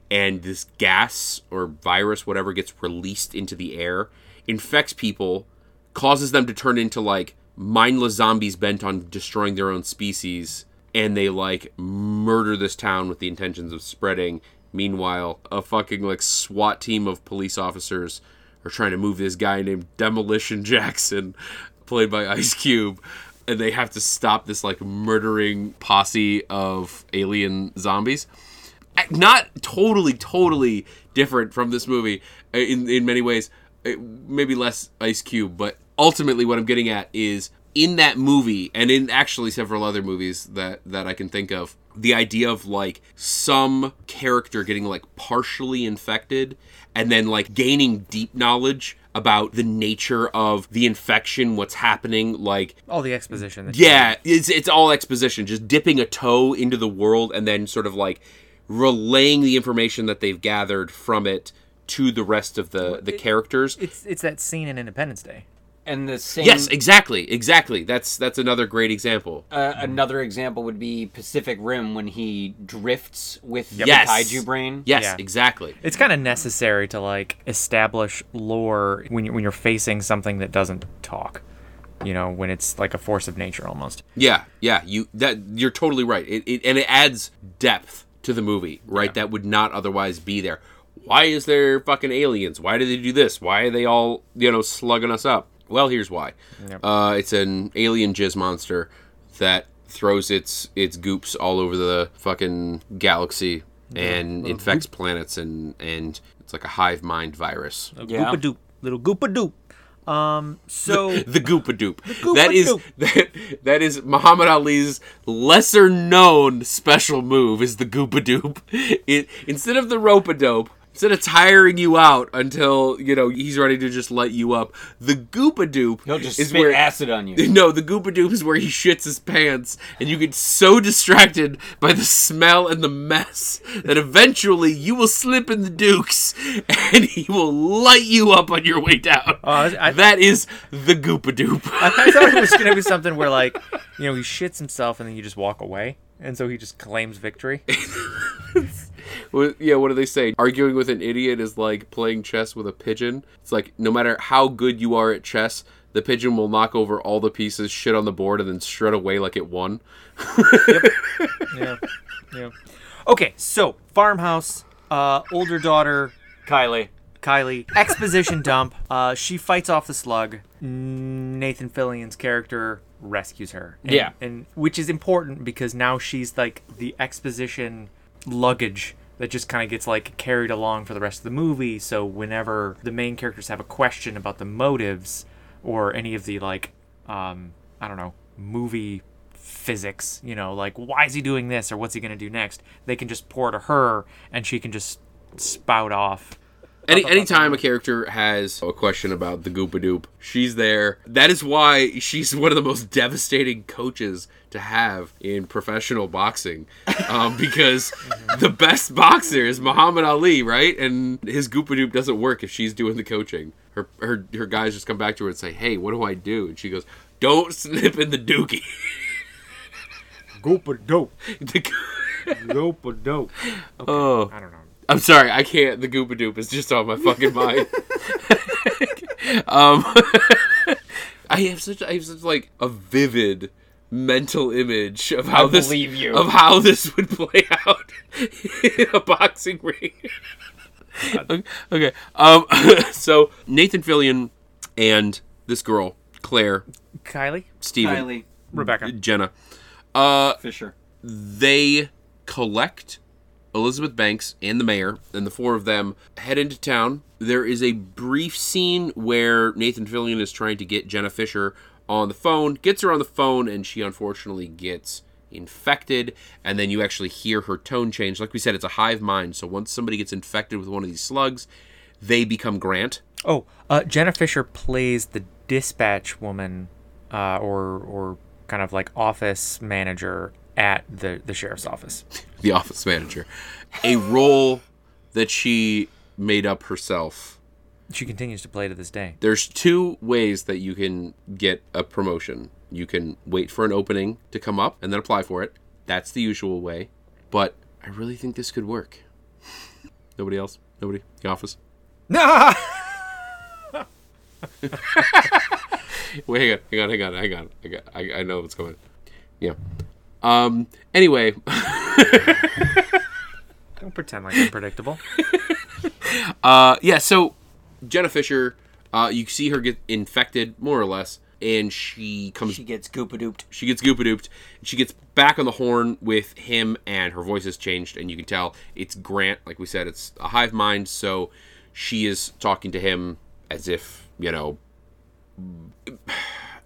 Speaker 1: and this gas or virus whatever gets released into the air, infects people, causes them to turn into like mindless zombies bent on destroying their own species and they like murder this town with the intentions of spreading meanwhile a fucking like SWAT team of police officers are trying to move this guy named Demolition Jackson played by Ice Cube and they have to stop this like murdering posse of alien zombies not totally, totally different from this movie uh, in in many ways. Uh, Maybe less Ice Cube, but ultimately, what I'm getting at is in that movie, and in actually several other movies that that I can think of, the idea of like some character getting like partially infected and then like gaining deep knowledge about the nature of the infection, what's happening, like
Speaker 3: All the exposition. That
Speaker 1: yeah, it's it's all exposition, just dipping a toe into the world and then sort of like relaying the information that they've gathered from it to the rest of the the characters.
Speaker 3: It's it's that scene in Independence Day.
Speaker 4: And the same.
Speaker 1: Yes, exactly, exactly. That's that's another great example.
Speaker 4: Uh, another example would be Pacific Rim when he drifts with
Speaker 1: Yes.
Speaker 4: the kaiju brain.
Speaker 1: Yes,
Speaker 3: Yeah.
Speaker 1: exactly.
Speaker 3: It's kind of necessary to like establish lore when you when you're facing something that doesn't talk. You know, when it's like a force of nature almost.
Speaker 1: Yeah, yeah. You that you're totally right. It, it and it adds depth to the movie, right? That would not otherwise be there. Why is there fucking aliens? Why do they do this? Why are they all you know slugging us up? Well, here's why. Uh, it's an alien jizz monster that throws its its goops all over the fucking galaxy and infects planets and and it's like a hive mind virus.
Speaker 4: Yeah.
Speaker 3: Goopadoop, little goopadoop. Um, *laughs* so
Speaker 1: The Goopadoop. That is that, *laughs* that is Muhammad Ali's lesser known special move is the Goopadoop. It instead of the rope a dope, instead of tiring you out until you know he's ready to just let you up, the Goopadoop
Speaker 4: He'll just
Speaker 1: is
Speaker 4: spit
Speaker 1: where
Speaker 4: acid on you.
Speaker 1: *laughs* no, the Goopadoop is where he shits his pants, and you get so distracted by the smell and the mess that eventually you will slip in the dukes, *laughs* and he will light you up on your way down.
Speaker 3: Uh, I-
Speaker 1: that is the Goopadoop.
Speaker 3: I thought it was gonna be something where like, you know, he shits himself and then you just walk away, and so he just claims victory.
Speaker 1: Well, yeah, *laughs* what do they say? Arguing with an idiot is like playing chess with a pigeon. It's like no matter how good you are at chess, the pigeon will knock over all the pieces, shit on the board, and then strut away like it won.
Speaker 3: yeah, yeah. *laughs* Okay, so farmhouse, uh, older daughter
Speaker 4: Kylie.
Speaker 3: Kylie. Exposition dump. Uh, she fights off the slug. Nathan Fillion's character rescues her. And-
Speaker 4: Yeah.
Speaker 3: and which is important because now she's like the exposition luggage that just kind of gets like carried along for the rest of the movie. So whenever the main characters have a question about the motives or any of the like, um, I don't know, movie physics, you know, like why is he doing this or what's he gonna do next? They can just pour to her and she can just spout off
Speaker 1: Any anytime a character has a question about the Goopadoop, she's there. That is why she's *laughs* one of the most devastating coaches to have in professional boxing, um, *laughs* because the best boxer is Muhammad Ali, right? And his Goopadoop doesn't work if she's doing the coaching. Her her her guys just come back to her and say, "Hey, what do I do?" And she goes, "Don't *laughs* slip in the dookie." *laughs*
Speaker 3: Goopa dope.
Speaker 1: The Goo-
Speaker 3: Goopa dope.
Speaker 1: oh,
Speaker 3: I don't know.
Speaker 1: I'm sorry, I can't. The Goopadoop is just on my fucking mind. *laughs* Um, I have such I have such like a vivid mental image of how this
Speaker 4: believe you.
Speaker 1: of how this would play out *laughs* in a boxing ring. okay. okay. Um *laughs* so Nathan Fillion and this girl, Claire,
Speaker 3: Kylie?
Speaker 1: Steven,
Speaker 4: Kylie
Speaker 3: Rebecca.
Speaker 1: Jenna, Uh,
Speaker 4: Fisher.
Speaker 1: they collect Elizabeth Banks and the mayor, and the four of them head into town. There is a brief scene where Nathan Fillion is trying to get Jenna Fisher on the phone, gets her on the phone, and she unfortunately gets infected. And then you actually hear her tone change. Like we said, it's a hive mind. So once somebody gets infected with one of these slugs, they become Grant.
Speaker 3: Oh, uh, Jenna Fisher plays the dispatch woman uh, or or kind of like office manager at the, the sheriff's office.
Speaker 1: the *laughs* office manager, a role that she made up herself.
Speaker 3: She continues to play to this *laughs* day.
Speaker 1: there's two ways that you can get a promotion. You can wait for an opening to come up and then apply for it. That's the usual way. But I really think this could work. *laughs* Nobody else? Nobody? The office? *laughs* Wait, hang on, hang on, hang on, hang on. I, got, I, I know what's going on. Yeah. Um, anyway,
Speaker 3: Don't pretend like I'm predictable. *laughs*
Speaker 1: uh, yeah, so Jenna Fisher, uh, you see her get infected, more or less. and she comes
Speaker 4: She gets goopadooped.
Speaker 1: she gets goopadooped. She gets back on the horn with him, and her voice has changed, and you can tell it's Grant. Like we said, it's a hive mind, so she is talking to him as if you know. *sighs*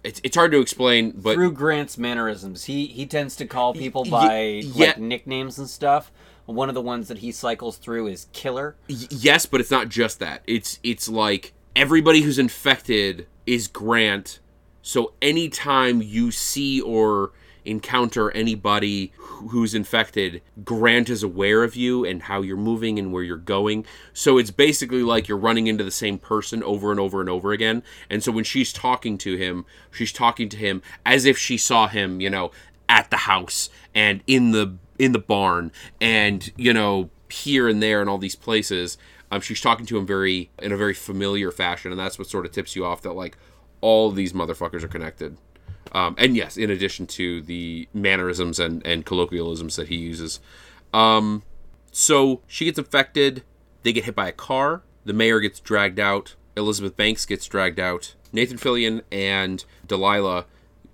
Speaker 1: It's, it's hard to explain, but
Speaker 4: Through Grant's mannerisms, he he tends to call people
Speaker 1: Y-
Speaker 4: by
Speaker 1: yeah.
Speaker 4: like nicknames and stuff. One of the ones that he cycles through is Killer.
Speaker 1: y- yes, but it's not just that. It's it's like everybody who's infected is Grant. So anytime you see or encounter anybody wh- who's infected, Grant is aware of you and how you're moving and where you're going. So it's basically like you're running into the same person over and over and over again. And so when she's talking to him, she's talking to him as if she saw him, you know, at the house and in the in the barn and you know here and there and all these places um, she's talking to him very in a very familiar fashion and that's what sort of tips you off that like all these motherfuckers are connected um, and yes in addition to the mannerisms and and colloquialisms that he uses um, so she gets infected they get hit by a car the mayor gets dragged out elizabeth banks gets dragged out nathan fillion and delilah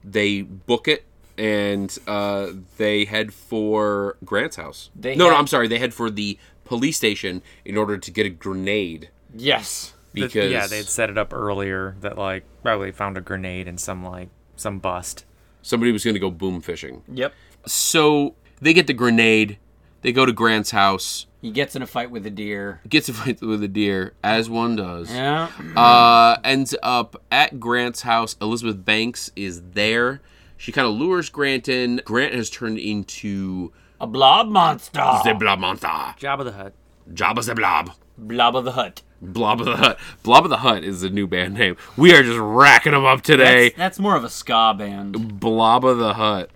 Speaker 1: they book it and uh, they head for Grant's house.
Speaker 4: They
Speaker 1: no, no,
Speaker 4: head-
Speaker 1: I'm sorry. They head for the police station in order to get a grenade
Speaker 4: Yes.
Speaker 1: because
Speaker 3: yeah, they'd set it up earlier that like probably found a grenade in some like some bust.
Speaker 1: somebody was going to go boom fishing.
Speaker 4: Yep.
Speaker 1: So they get the grenade. They go to Grant's house.
Speaker 4: He gets in a fight with a deer.
Speaker 1: Gets *laughs* a fight with a deer, as one does.
Speaker 4: Yeah.
Speaker 1: Uh, ends up at Grant's house. Elizabeth Banks is there. She kind of lures Grant in. Grant has turned into
Speaker 4: A blob monster.
Speaker 1: the Blob Monster.
Speaker 3: Job of the Hut.
Speaker 1: Jabba the Blob.
Speaker 4: blob of the hut.
Speaker 1: Blob of the Hut. Blob of the Hut is the new band name. We are just racking them up today.
Speaker 4: That's, that's more of a ska band.
Speaker 1: Blob of the Hut.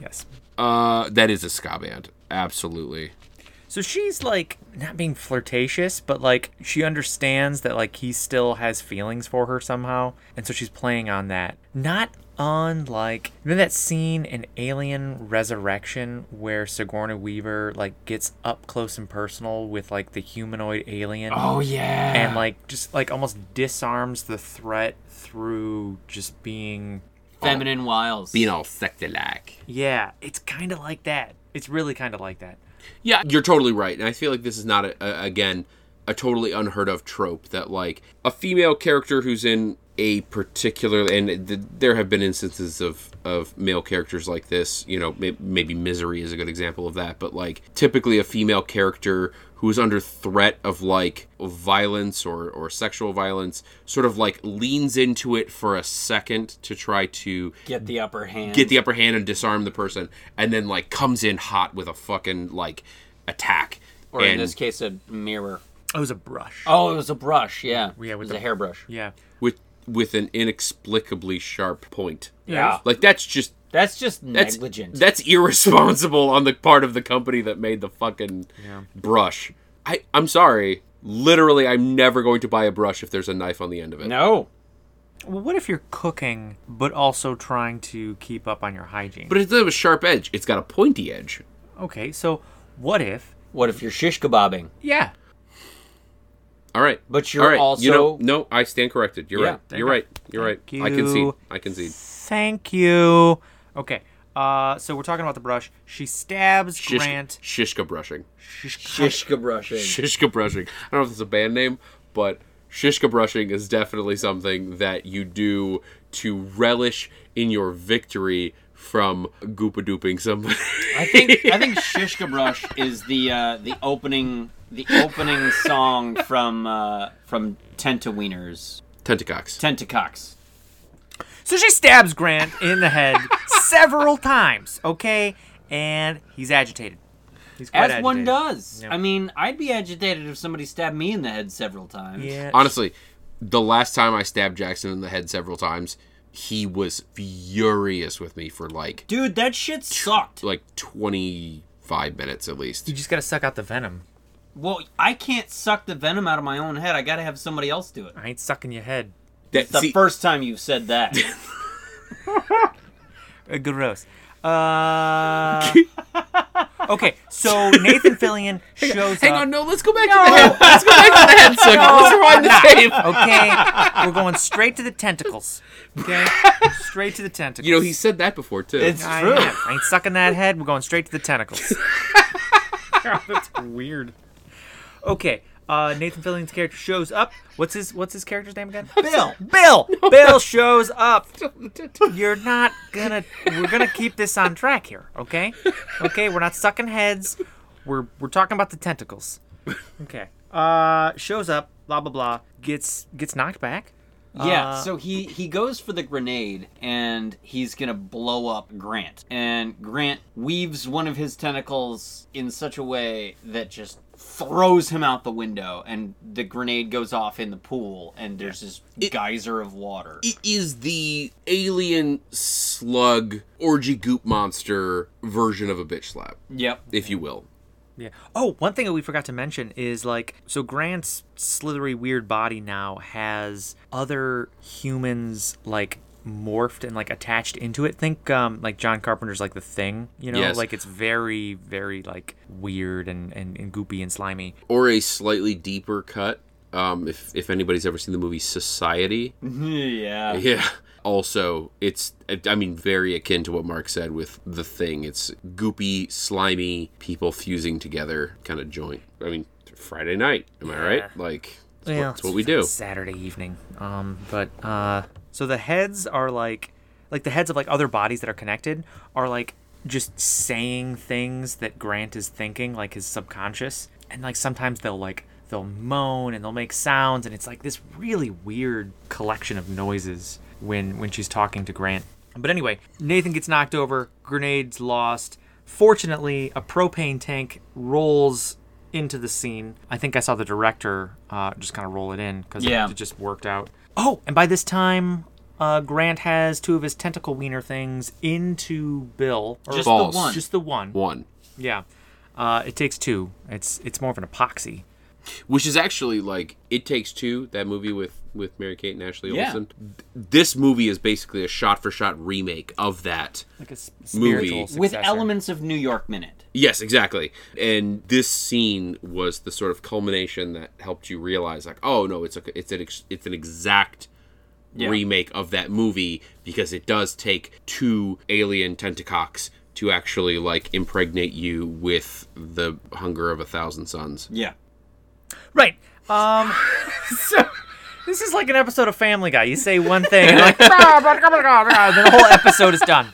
Speaker 3: Yes.
Speaker 1: Uh, that is a ska band. Absolutely.
Speaker 3: So she's like not being flirtatious, but like she understands that like he still has feelings for her somehow, and so she's playing on that. Not unlike remember that scene in Alien Resurrection where Sigourney Weaver like gets up close and personal with like the humanoid alien.
Speaker 4: Oh yeah.
Speaker 3: and like just like almost disarms the threat through just being
Speaker 4: feminine wiles.
Speaker 1: Being all sexy like.
Speaker 3: yeah it's kind of like that it's really kind of like that
Speaker 1: Yeah, you're totally right. And I feel like this is not, a, a, again, a totally unheard of trope that, like, a female character who's in a particular, and th- there have been instances of, of male characters like this, you know, may- maybe Misery is a good example of that, but, like, typically a female character who is under threat of, like, violence or, or sexual violence sort of, like, leans into it for a second to try to
Speaker 4: get the upper hand.
Speaker 1: get the upper hand and disarm the person, and then like comes in hot with a fucking like attack.
Speaker 4: or in
Speaker 1: and
Speaker 4: this case, a mirror.
Speaker 3: it was a brush
Speaker 4: Oh, it was a brush. Yeah.
Speaker 3: Yeah, with
Speaker 4: it was
Speaker 3: the-
Speaker 4: a hairbrush.
Speaker 3: yeah
Speaker 1: with with an inexplicably sharp point.
Speaker 4: Yeah.
Speaker 1: Like that's just
Speaker 4: That's just
Speaker 1: that's
Speaker 4: negligent.
Speaker 1: that's irresponsible on the part of the company that made the fucking brush. I I'm sorry. Literally, I'm never going to buy a brush if there's a knife on the end of it.
Speaker 4: no.
Speaker 3: well, what if you're cooking but also trying to keep up on your hygiene
Speaker 1: But it doesn't have a sharp edge. It's got a pointy edge.
Speaker 3: okay so what if
Speaker 4: What if you're shish kebabbing?
Speaker 3: yeah
Speaker 1: All right.
Speaker 4: But you're
Speaker 1: All right. You know,
Speaker 4: also-
Speaker 1: no, I stand corrected. You're
Speaker 4: Yeah.
Speaker 1: right. You're right. You're right.
Speaker 3: Thank
Speaker 1: I concede.
Speaker 3: you.
Speaker 1: I concede.
Speaker 3: thank you okay uh so we're talking about the brush she stabs
Speaker 1: Shish-
Speaker 3: grant
Speaker 1: Shishka brushing.
Speaker 4: Shishka brushing.
Speaker 1: Shishka brushing. I don't know if it's a band name, but shishka brushing is definitely something that you do to relish in your victory from goopa duping somebody. *laughs*
Speaker 3: *laughs*
Speaker 4: I think I think Shishka Brush is the uh, the opening the opening song from uh, from Tentawieners
Speaker 1: Tentacocks.
Speaker 4: Tentacox.
Speaker 3: So she stabs Grant in the
Speaker 1: *laughs*
Speaker 3: head several times, okay? And he's agitated. He's quite
Speaker 4: As one
Speaker 3: agitated.
Speaker 4: does.
Speaker 3: Yeah.
Speaker 4: I mean, I'd be agitated if somebody stabbed me in the head several times.
Speaker 3: Yeah.
Speaker 1: Honestly, the last time I stabbed Jackson in the head several times, he was furious with me for like
Speaker 4: Dude, that shit sucked.
Speaker 1: like 25 minutes at least.
Speaker 3: you just gotta suck out the venom.
Speaker 4: Well, I can't suck the venom out of my own head. I gotta have somebody else do it.
Speaker 3: I ain't sucking your head.
Speaker 1: That,
Speaker 4: It's the
Speaker 1: see,
Speaker 4: first time you've said that.
Speaker 3: Uh, gross. Uh, Okay, so Nathan Fillion shows
Speaker 1: Hang
Speaker 3: up.
Speaker 1: on, no, let's go back to the head. Let's go back to the head second. let's rewind the tape.
Speaker 3: Okay, we're going straight to the tentacles. Okay, straight to the tentacles.
Speaker 1: You know, he said that before too.
Speaker 2: It's
Speaker 3: I,
Speaker 2: true.
Speaker 3: am. I ain't sucking that head. We're going straight to the tentacles. that's weird. Okay, uh, Nathan Fillion's character shows up. What's his What's his character's name again? Bill. *laughs* Bill. Bill shows *laughs* up. You're not gonna. We're gonna keep this on track here, *laughs* okay? Okay, we're not sucking heads. We're we're talking about the tentacles. Okay. *laughs* Uh, shows up. Blah blah blah. Gets gets knocked back.
Speaker 4: Yeah, so he he goes for the grenade and he's going to blow up Grant. And Grant weaves one of his tentacles in such a way that just throws him out the window and the grenade goes off in the pool and there's this geyser of water.
Speaker 1: it is the alien slug orgy goop monster version of a bitch slap,
Speaker 4: yep.
Speaker 1: if you will.
Speaker 3: Yeah. Oh, one thing that we forgot to mention is like so Grant's slithery weird body now has other humans like morphed and like attached into it. Think um like John Carpenter's like the thing, you know,
Speaker 1: Yes.
Speaker 3: like it's very, very like weird and, and, and goopy and slimy.
Speaker 1: Or a slightly deeper cut. Um, if if anybody's ever seen the movie Society,
Speaker 4: *laughs* Mm-hmm. Yeah.
Speaker 1: *laughs* yeah. Also, it's I mean very akin to what Mark said with the thing. It's goopy, slimy people fusing together kind of joint. I mean Friday night, am I right? Like that's, what, that's what we do.
Speaker 3: Saturday evening. Um, but uh, so the heads are like, like the heads of like other bodies that are connected are like just saying things that Grant is thinking, like his subconscious, and like sometimes they'll like they'll moan and they'll make sounds, and it's like this really weird collection of noises when when she's talking to Grant. But anyway, Nathan gets knocked over, grenades lost. Fortunately, a propane tank rolls into the scene. I think I saw the director uh, just kind of roll it in because
Speaker 4: Yeah.
Speaker 3: it, just worked out. Oh, and by this time, uh, Grant has two of his tentacle wiener things into Bill. Or
Speaker 4: Just
Speaker 1: Balls.
Speaker 4: the one.
Speaker 3: just the one.
Speaker 1: One.
Speaker 3: Yeah. Uh, it takes two. It's it's more of an epoxy.
Speaker 1: which is actually like it takes two that movie with with mary kate and ashley
Speaker 4: Yeah.
Speaker 1: olsen Th- this movie is basically a shot for shot remake of that
Speaker 3: Like a s-
Speaker 1: Movie.
Speaker 3: spiritual
Speaker 4: With
Speaker 3: successor.
Speaker 4: elements of New York Minute.
Speaker 1: yes exactly and this scene was the sort of culmination that helped you realize like oh no it's a it's an ex, it's an exact remake of that movie because it does take two alien tentacocks to actually like impregnate you with the hunger of a thousand suns
Speaker 4: Yeah.
Speaker 3: Right. Um. *laughs* so this is like an episode of Family Guy. You say one thing, and, like, "Bah, bah, bah, bah, bah, bah," then the whole episode is done.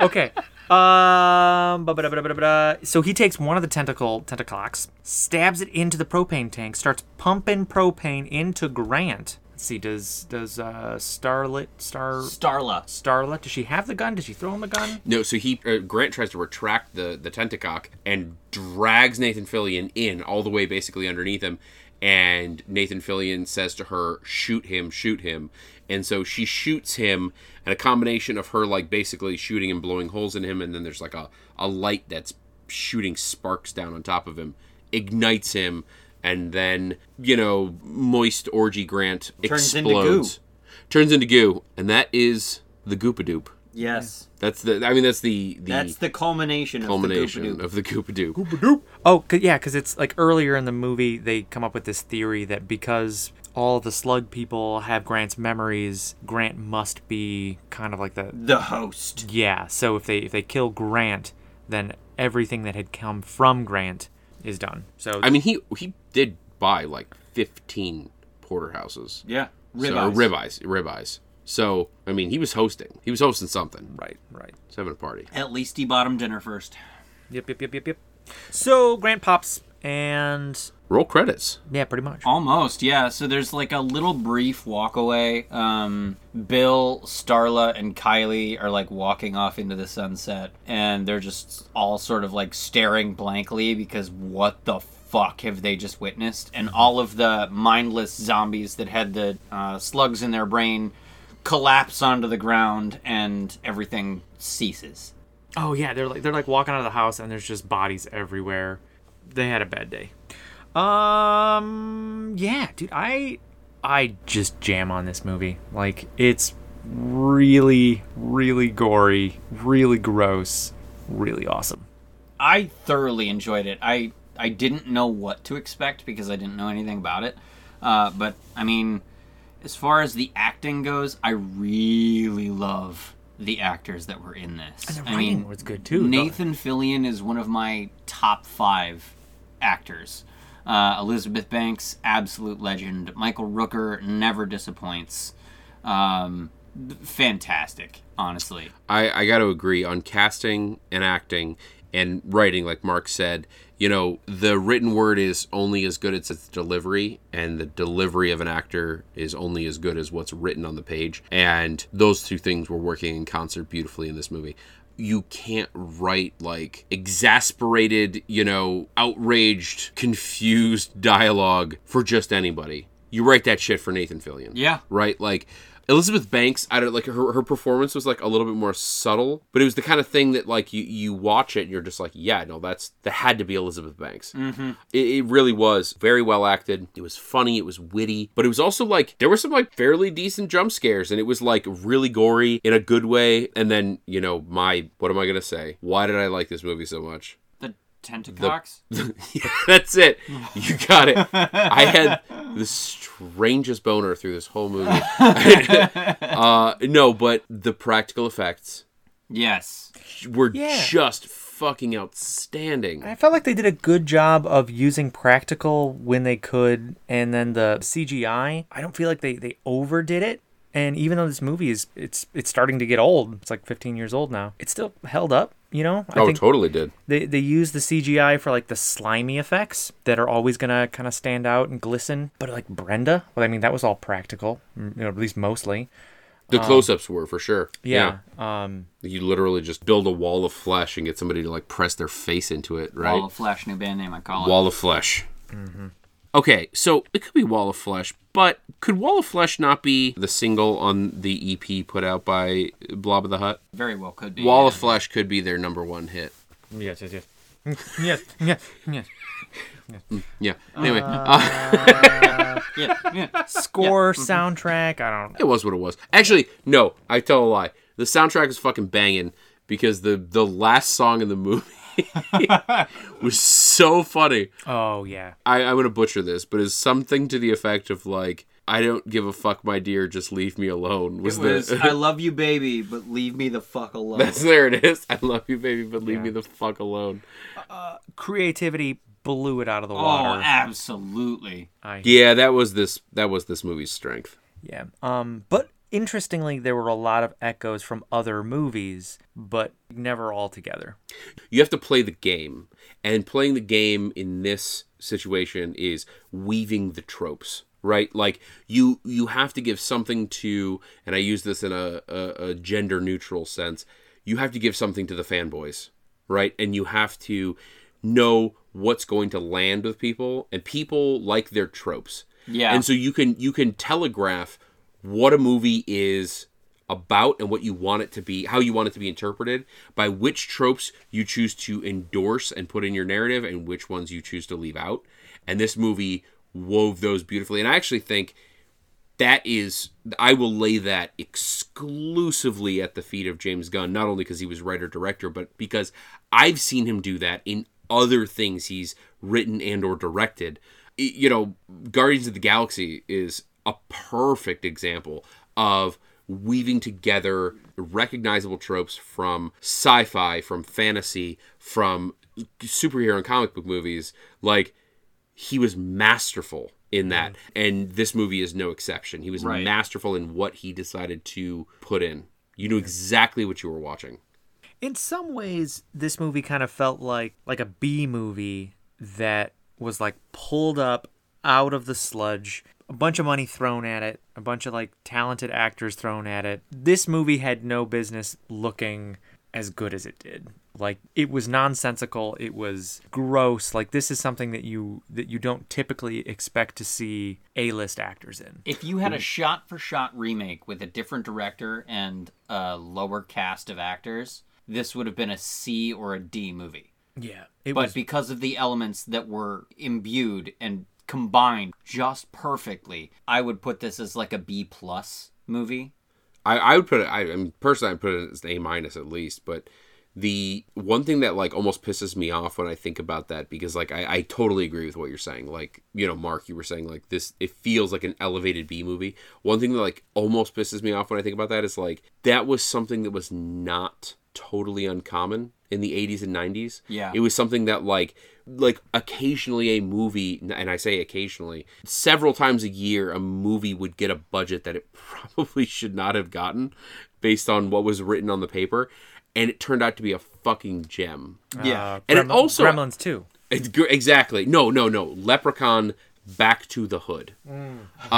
Speaker 3: Okay. Um. ba- ba- da- ba- da- ba- da- ba- da. So he takes one of the tentacle tentaclocks, stabs it into the propane tank, starts pumping propane into Grant. Let's see. Does does uh Starlit Star
Speaker 4: Starla.
Speaker 3: Starlet? Does she have the gun? Did she throw him the gun?
Speaker 1: No, so he uh, Grant tries to retract the the tentacock and drags Nathan Fillion in all the way basically underneath him, and Nathan Fillion says to her, "Shoot him, shoot him," and so she shoots him, and a combination of her like basically shooting and blowing holes in him, and then there's like a a light that's shooting sparks down on top of him, ignites him, and then you know moist orgy Grant
Speaker 4: Turns into goo.
Speaker 1: explodes, turns into goo, and that is the goopadoop.
Speaker 4: Yes.
Speaker 1: That's the. I mean, that's the the
Speaker 4: That's the culmination,
Speaker 1: culmination
Speaker 4: of the Goopadoop.
Speaker 1: of the Goopa Doop.
Speaker 3: Oh, 'cause- yeah, because it's like earlier in the movie, they come up with this theory that because all the slug people have Grant's memories, Grant must be kind of like the
Speaker 4: The host.
Speaker 3: yeah. So if they if they kill Grant, then everything that had come from Grant is done. So
Speaker 1: I mean, he he did buy like fifteen porterhouses,
Speaker 4: Yeah.
Speaker 1: so,
Speaker 4: Ribeyes.
Speaker 1: or ribeyes, ribeyes. So I mean, he was hosting. He was hosting something.
Speaker 3: right, right.
Speaker 1: He's having a party.
Speaker 4: At least he bought him dinner first.
Speaker 3: Yep, yep, yep, yep, yep. So Grant pops, and
Speaker 1: Roll credits.
Speaker 3: yeah, pretty much.
Speaker 4: Almost, yeah. So there's like a little brief walk away. Um, Bill, Starla, and Kylie are like walking off into the sunset, and they're just all sort of like staring blankly because what the fuck have they just witnessed? And all of the mindless zombies that had the uh, slugs in their brain collapse onto the ground, and everything ceases.
Speaker 3: Oh yeah, they're like they're like walking out of the house and there's just bodies everywhere. They had a bad day. Um yeah, dude, I I just jam on this movie. Like it's really really gory, really gross, really awesome.
Speaker 4: I thoroughly enjoyed it. I I didn't know what to expect because I didn't know anything about it. Uh, but I mean, as far as the acting goes, I really love the actors that were in this.
Speaker 3: The
Speaker 4: I
Speaker 3: writing
Speaker 4: mean,
Speaker 3: was good too.
Speaker 4: Nathan Fillion is one of my top five actors. Uh, Elizabeth Banks, absolute legend. Michael Rooker never disappoints. Um, fantastic, honestly.
Speaker 1: I, I got to agree on casting and acting and writing, like Mark said. You know, the written word is only as good as its delivery, and the delivery of an actor is only as good as what's written on the page. And those two things were working in concert beautifully in this movie. You can't write like exasperated, you know, outraged, confused dialogue for just anybody. You write that shit for Nathan Fillion
Speaker 4: Yeah.
Speaker 1: right? Like Elizabeth Banks, I don't like her her performance was like a little bit more subtle, but it was the kind of thing that like you you watch it and you're just like, yeah, no, that's that had to be Elizabeth Banks. Mm-hmm. It, it really was very well acted. It was funny, it was witty, but it was also like there were some like fairly decent jump scares, and it was like really gory in a good way. And then you know my what am I gonna say? Why did I like this movie so much?
Speaker 4: The Tentacocks?
Speaker 1: *laughs* Yeah, that's it. You got it. I had
Speaker 3: *laughs*
Speaker 1: the strangest boner through this whole movie. *laughs* uh, no, but the practical effects
Speaker 4: yes.
Speaker 1: were
Speaker 3: Yeah.
Speaker 1: just fucking outstanding.
Speaker 3: I felt like they did a good job of using practical when they could, and then the CGI. I don't feel like they they overdid it. And even though this movie is it's it's starting to get old, it's like 15 years old now. It's still held up, you know. I
Speaker 1: oh,
Speaker 3: think
Speaker 1: totally did.
Speaker 3: they they use the CGI for like the slimy effects that are always gonna kind of stand out and glisten. But like Brenda, well, I mean that was all practical, m- you know, at least mostly.
Speaker 1: The close-ups were for sure.
Speaker 3: Um, Yeah. Um.
Speaker 1: you literally just build a wall of flesh and get somebody to like press their face into it, right?
Speaker 4: Wall of Flash, new band name, I call it.
Speaker 1: Wall of Flesh.
Speaker 3: Mm-hmm.
Speaker 1: Okay, so it could be Wall of Flesh, but could Wall of Flesh not be the single on the EP put out by Blob of the Hut?
Speaker 4: Very well could be.
Speaker 1: Wall
Speaker 4: yeah.
Speaker 1: of Flesh could be their number one hit.
Speaker 3: Yes. *laughs* Yes. Yes. yes. Yes. Yes.
Speaker 1: Yeah. Anyway, *laughs* uh,
Speaker 4: Yeah, yeah.
Speaker 3: Score, soundtrack. I don't.
Speaker 1: it was what it was. Actually, no, I tell a lie. The soundtrack is fucking banging because the the last song in the movie *laughs* was so funny.
Speaker 3: Oh yeah.
Speaker 1: I, I'm gonna butcher this, but it's something to the effect of like, "I don't give a fuck, my dear, just leave me alone." Was,
Speaker 4: It was,
Speaker 1: the
Speaker 4: I love you, baby, but leave me the fuck
Speaker 1: *laughs*
Speaker 4: alone.
Speaker 1: That's there it is. I love you, baby, but leave me the fuck alone.
Speaker 3: Creativity blew it out of the
Speaker 4: oh,
Speaker 3: water.
Speaker 4: absolutely.
Speaker 1: Yeah, that was this. That was this movie's strength.
Speaker 3: yeah. Um. But interestingly, there were a lot of echoes from other movies, but never all together.
Speaker 1: you have to play the game and playing the game in this situation is weaving the tropes right like you you have to give something to and i use this in a, a, a gender neutral sense you have to give something to the fanboys right and you have to know what's going to land with people and people like their tropes
Speaker 4: Yeah.
Speaker 1: and so you can you can telegraph what a movie is about and what you want it to be, how you want it to be interpreted, by which tropes you choose to endorse and put in your narrative and which ones you choose to leave out. And this movie wove those beautifully. And I actually think that is I will lay that exclusively at the feet of James Gunn, not only because he was writer director, but because I've seen him do that in other things he's written and or directed. Y- You know, Guardians of the Galaxy is a perfect example of weaving together recognizable tropes from sci-fi, from fantasy, from superhero and comic book movies. Like he was masterful in that and this movie is no exception he was
Speaker 4: Mm. Right.
Speaker 1: masterful in what he decided to put in you knew exactly what you were watching
Speaker 3: in some ways this movie kind of felt like like a b movie that was like pulled up out of the sludge a bunch of money thrown at it a bunch of like talented actors thrown at it this movie had no business looking as good as it did like it was nonsensical it was gross like this is something that you that you don't typically expect to see a-list actors in
Speaker 4: If you had a shot for shot remake with a different director and a lower cast of actors, this would have been a C or a D movie.
Speaker 3: yeah it
Speaker 4: But
Speaker 3: was
Speaker 4: because of the elements that were imbued and combined just perfectly, I would put this as like a B plus movie. *laughs*
Speaker 1: i, I would put it I, I mean personally i'd put it as an a minus at least but the one thing that like almost pisses me off when I think about that because like I, I totally agree with what you're saying. Like, you know, Mark, you were saying like this it feels like an elevated B movie. One thing that like almost pisses me off when I think about that is like that was something that was not totally uncommon in the 80s and 90s.
Speaker 4: Yeah.
Speaker 1: It was something that like like occasionally a movie and I say occasionally, several times a year a movie would get a budget that it *laughs* probably should not have gotten based on what was written on the paper and it turned out to be a fucking gem.
Speaker 4: Yeah.
Speaker 1: And it also-
Speaker 3: uh, Gremlins too.
Speaker 1: It's gr- Exactly. No, no, no. Leprechaun back to the hood.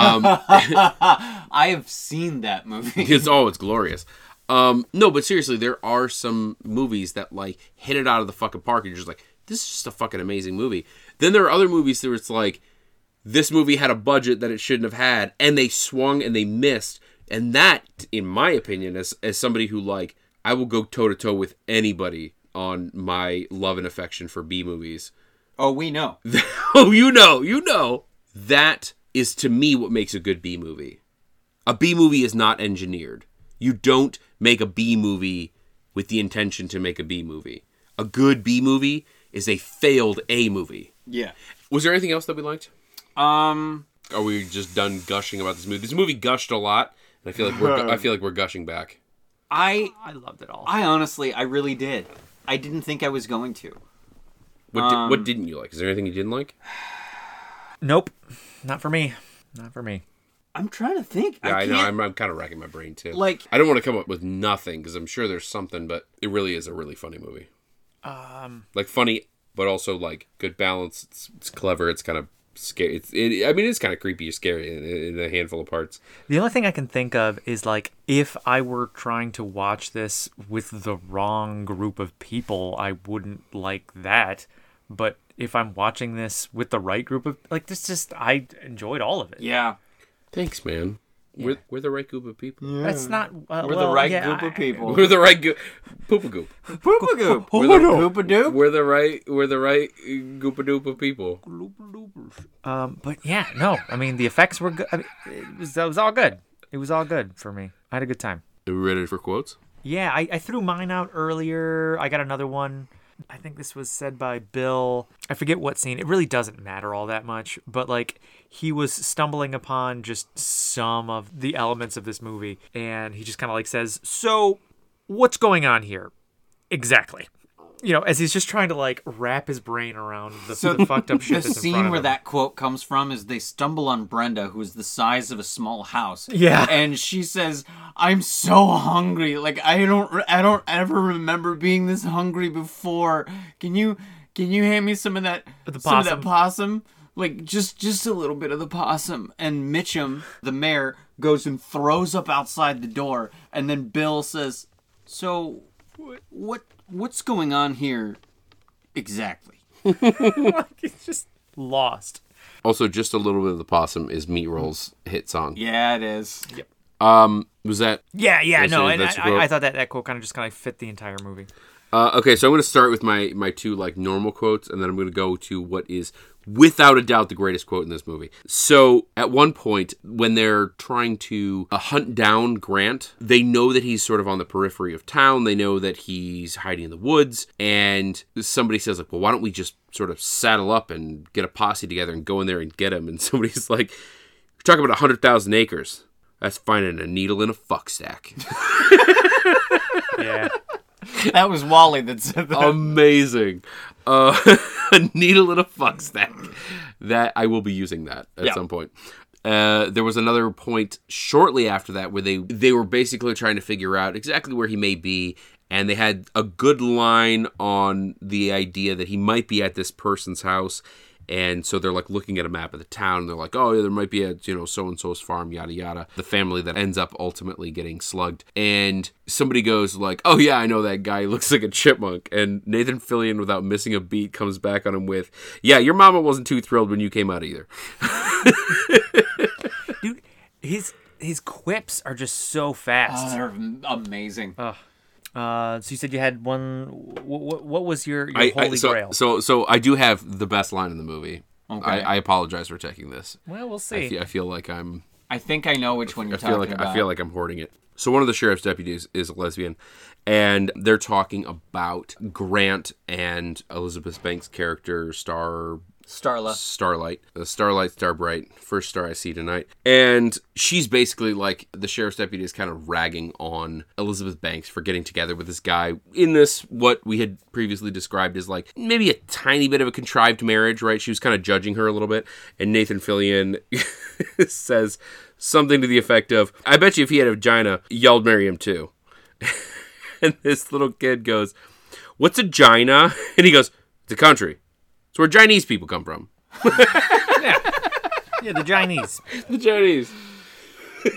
Speaker 1: Um
Speaker 4: I have seen that
Speaker 1: *laughs*
Speaker 4: movie.
Speaker 1: it's oh, it's glorious. Um, no, but seriously, there are some movies that like hit it out of the fucking park, and you're just like, this is just a fucking amazing movie. Then there are other movies where it's like, this movie had a budget that it shouldn't have had, and they swung and they missed, and that, in my opinion, as as somebody who like, I will go toe to toe with anybody on my love and affection for B movies.
Speaker 4: Oh, we know.
Speaker 1: *laughs* oh, you know, you know. That is to me what makes a good B movie. A B movie is not engineered. You don't make a B movie with the intention to make a B movie. A good B movie is a failed A movie.
Speaker 4: Yeah.
Speaker 1: Was there anything else that we liked?
Speaker 4: Um.
Speaker 1: Are we just done gushing about this movie? This movie gushed a lot, and I feel like we're I feel like we're gushing back.
Speaker 4: I
Speaker 3: I loved it all.
Speaker 4: I honestly, I really did. I didn't think I was going to.
Speaker 1: What di-
Speaker 4: Um,
Speaker 1: what didn't you like? Is there anything you didn't like?
Speaker 3: nope, not for me. Not for me.
Speaker 4: I'm trying to think.
Speaker 1: Yeah, I, know.
Speaker 4: can't-
Speaker 1: I'm, I'm kind of racking my brain too.
Speaker 4: Like-
Speaker 1: I don't want to come up with nothing because I'm sure there's something, but it really is a really funny movie. Um, like funny, but also like good balance. It's, it's clever. It's kind of scary. It's it, I mean, it's kind of creepy, scary in, in a handful of parts.
Speaker 3: The only thing I can think of is like if I were trying to watch this with the wrong group of people, I wouldn't like that. But if I'm watching this with the right group of like this just I enjoyed all of it.
Speaker 4: Yeah.
Speaker 1: Thanks, man. We're we're the right group of people. *laughs*
Speaker 3: That's not uh,
Speaker 4: We're
Speaker 3: well,
Speaker 4: the right
Speaker 3: yeah,
Speaker 4: group of
Speaker 3: I-
Speaker 4: people.
Speaker 3: *laughs*
Speaker 1: We're the right goop. Poopa goop.
Speaker 4: Poopa goop.
Speaker 1: We're the,
Speaker 4: Poopa doop.
Speaker 1: we're the right we're the right goopa doop of people.
Speaker 3: Um, but yeah, no. I mean, the effects were good. I mean, it was that was all good. It was all good for me. I had a good time.
Speaker 1: Are we ready for quotes?
Speaker 3: Yeah, I, I threw mine out earlier. I got another one. I think this was said by Bill. I forget what scene. It really doesn't matter all that much, but like he was stumbling upon just some of the elements of this movie and he just kind of like says, "So, what's going on here?" Exactly. You know, as he's just trying to like wrap his brain around the, the fucked up shit that's
Speaker 4: The
Speaker 3: in front
Speaker 4: scene
Speaker 3: of
Speaker 4: where
Speaker 3: him.
Speaker 4: that quote comes from is they stumble on Brenda, who is the size of a small house.
Speaker 3: Yeah.
Speaker 4: And she says, "I'm so hungry. Like I don't, re- I don't ever remember being this hungry before. Can you, can you hand me some of that,
Speaker 3: The
Speaker 4: some of that
Speaker 3: possum.
Speaker 4: possum? Like just, just a little bit of the possum." And Mitchum, the mayor, goes and throws up outside the door, and then Bill says, "So, what, what's going on here, exactly?"
Speaker 3: *laughs* he's just lost.
Speaker 1: Also, just a little bit of the possum is Meat Roll's hit song.
Speaker 4: Yeah, it is.
Speaker 1: Um, was that
Speaker 3: Yeah, yeah,
Speaker 1: That's
Speaker 3: no,
Speaker 1: it,
Speaker 3: and
Speaker 1: that's
Speaker 3: I,
Speaker 1: about-
Speaker 3: I, I thought that that quote kind of just kind of fit the entire movie.
Speaker 1: Uh, okay, so I'm going to start with my my two like normal quotes, and then I'm going to go to what is without a doubt the greatest quote in this movie. So at one point, when they're trying to uh, hunt down Grant, they know that he's sort of on the periphery of town. They know that he's hiding in the woods, and somebody says like, "Well, why don't we just sort of saddle up and get a posse together and go in there and get him?" And *laughs* somebody's like, "You're talking about hundred thousand acres." That's finding a needle in a fuck sack.
Speaker 3: Yeah,
Speaker 4: That was Wally that said that.
Speaker 1: *laughs* amazing. Uh, *laughs* a needle in a fuck stack. That I will be using that at some point. Uh, there was another point shortly after that where they they were basically trying to figure out exactly where he may be, and they had a good line on the idea that he might be at this person's house. And so they're like looking at a map of the town, and they're like, "Oh, yeah, there might be a you know so and so's farm, yada yada." The family that ends up ultimately getting slugged, and somebody goes like, "Oh yeah, I know that guy. He looks like a chipmunk." And Nathan Fillion, without missing a beat, comes back on him with, "Yeah, your mama wasn't too thrilled when you came out either."
Speaker 3: dude, his his quips are just so fast.
Speaker 4: They're amazing.
Speaker 1: Oh.
Speaker 3: Uh, so you said you had one. What, what was your, your
Speaker 1: I,
Speaker 3: holy
Speaker 1: I- so,
Speaker 3: grail?
Speaker 1: so so I do have the best line in the movie.
Speaker 4: Okay.
Speaker 1: I, I apologize for taking this.
Speaker 3: well, we'll
Speaker 1: I
Speaker 3: see.
Speaker 1: feel, I feel like I'm
Speaker 4: I think I know which one you're
Speaker 1: I feel
Speaker 4: talking
Speaker 1: like
Speaker 4: about.
Speaker 1: I feel like I'm hoarding it. So one of the sheriff's deputies is a lesbian, and they're talking about Grant and Elizabeth Banks' character, Star
Speaker 4: Starla.
Speaker 1: Starlight, the Starlight Starbright, first star I see tonight. And she's basically like the sheriff's deputy is kind of ragging on Elizabeth Banks for getting together with this guy in this what we had previously described as like maybe a tiny bit of a contrived marriage, right? She was kind of judging her a little bit. And Nathan Fillion *laughs* says something to the effect of, I bet you if he had a vagina, y'all'd marry him too. *laughs* and this little kid goes, What's a gina? *laughs* And he goes, It's a country. It's where Chinese people come from.
Speaker 3: Yeah, the Chinese. *laughs*
Speaker 4: *laughs*
Speaker 1: the Chinese.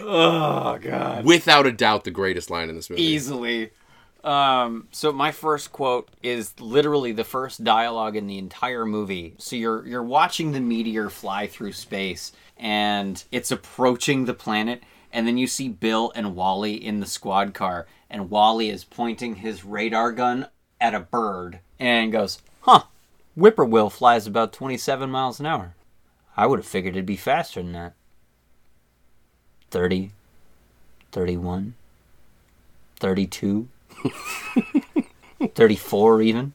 Speaker 1: oh god. Without a doubt the greatest line in this movie.
Speaker 4: Easily. Um, so my first quote is literally the first dialogue in the entire movie. So you're you're watching the meteor fly through space and it's approaching the planet and then you see Bill and Wally in the squad car and Wally is pointing his radar gun at a bird and goes, "Huh. Whippoorwill flies about 27 miles an hour. I would have figured it'd be faster than that." 30 31 32 34 even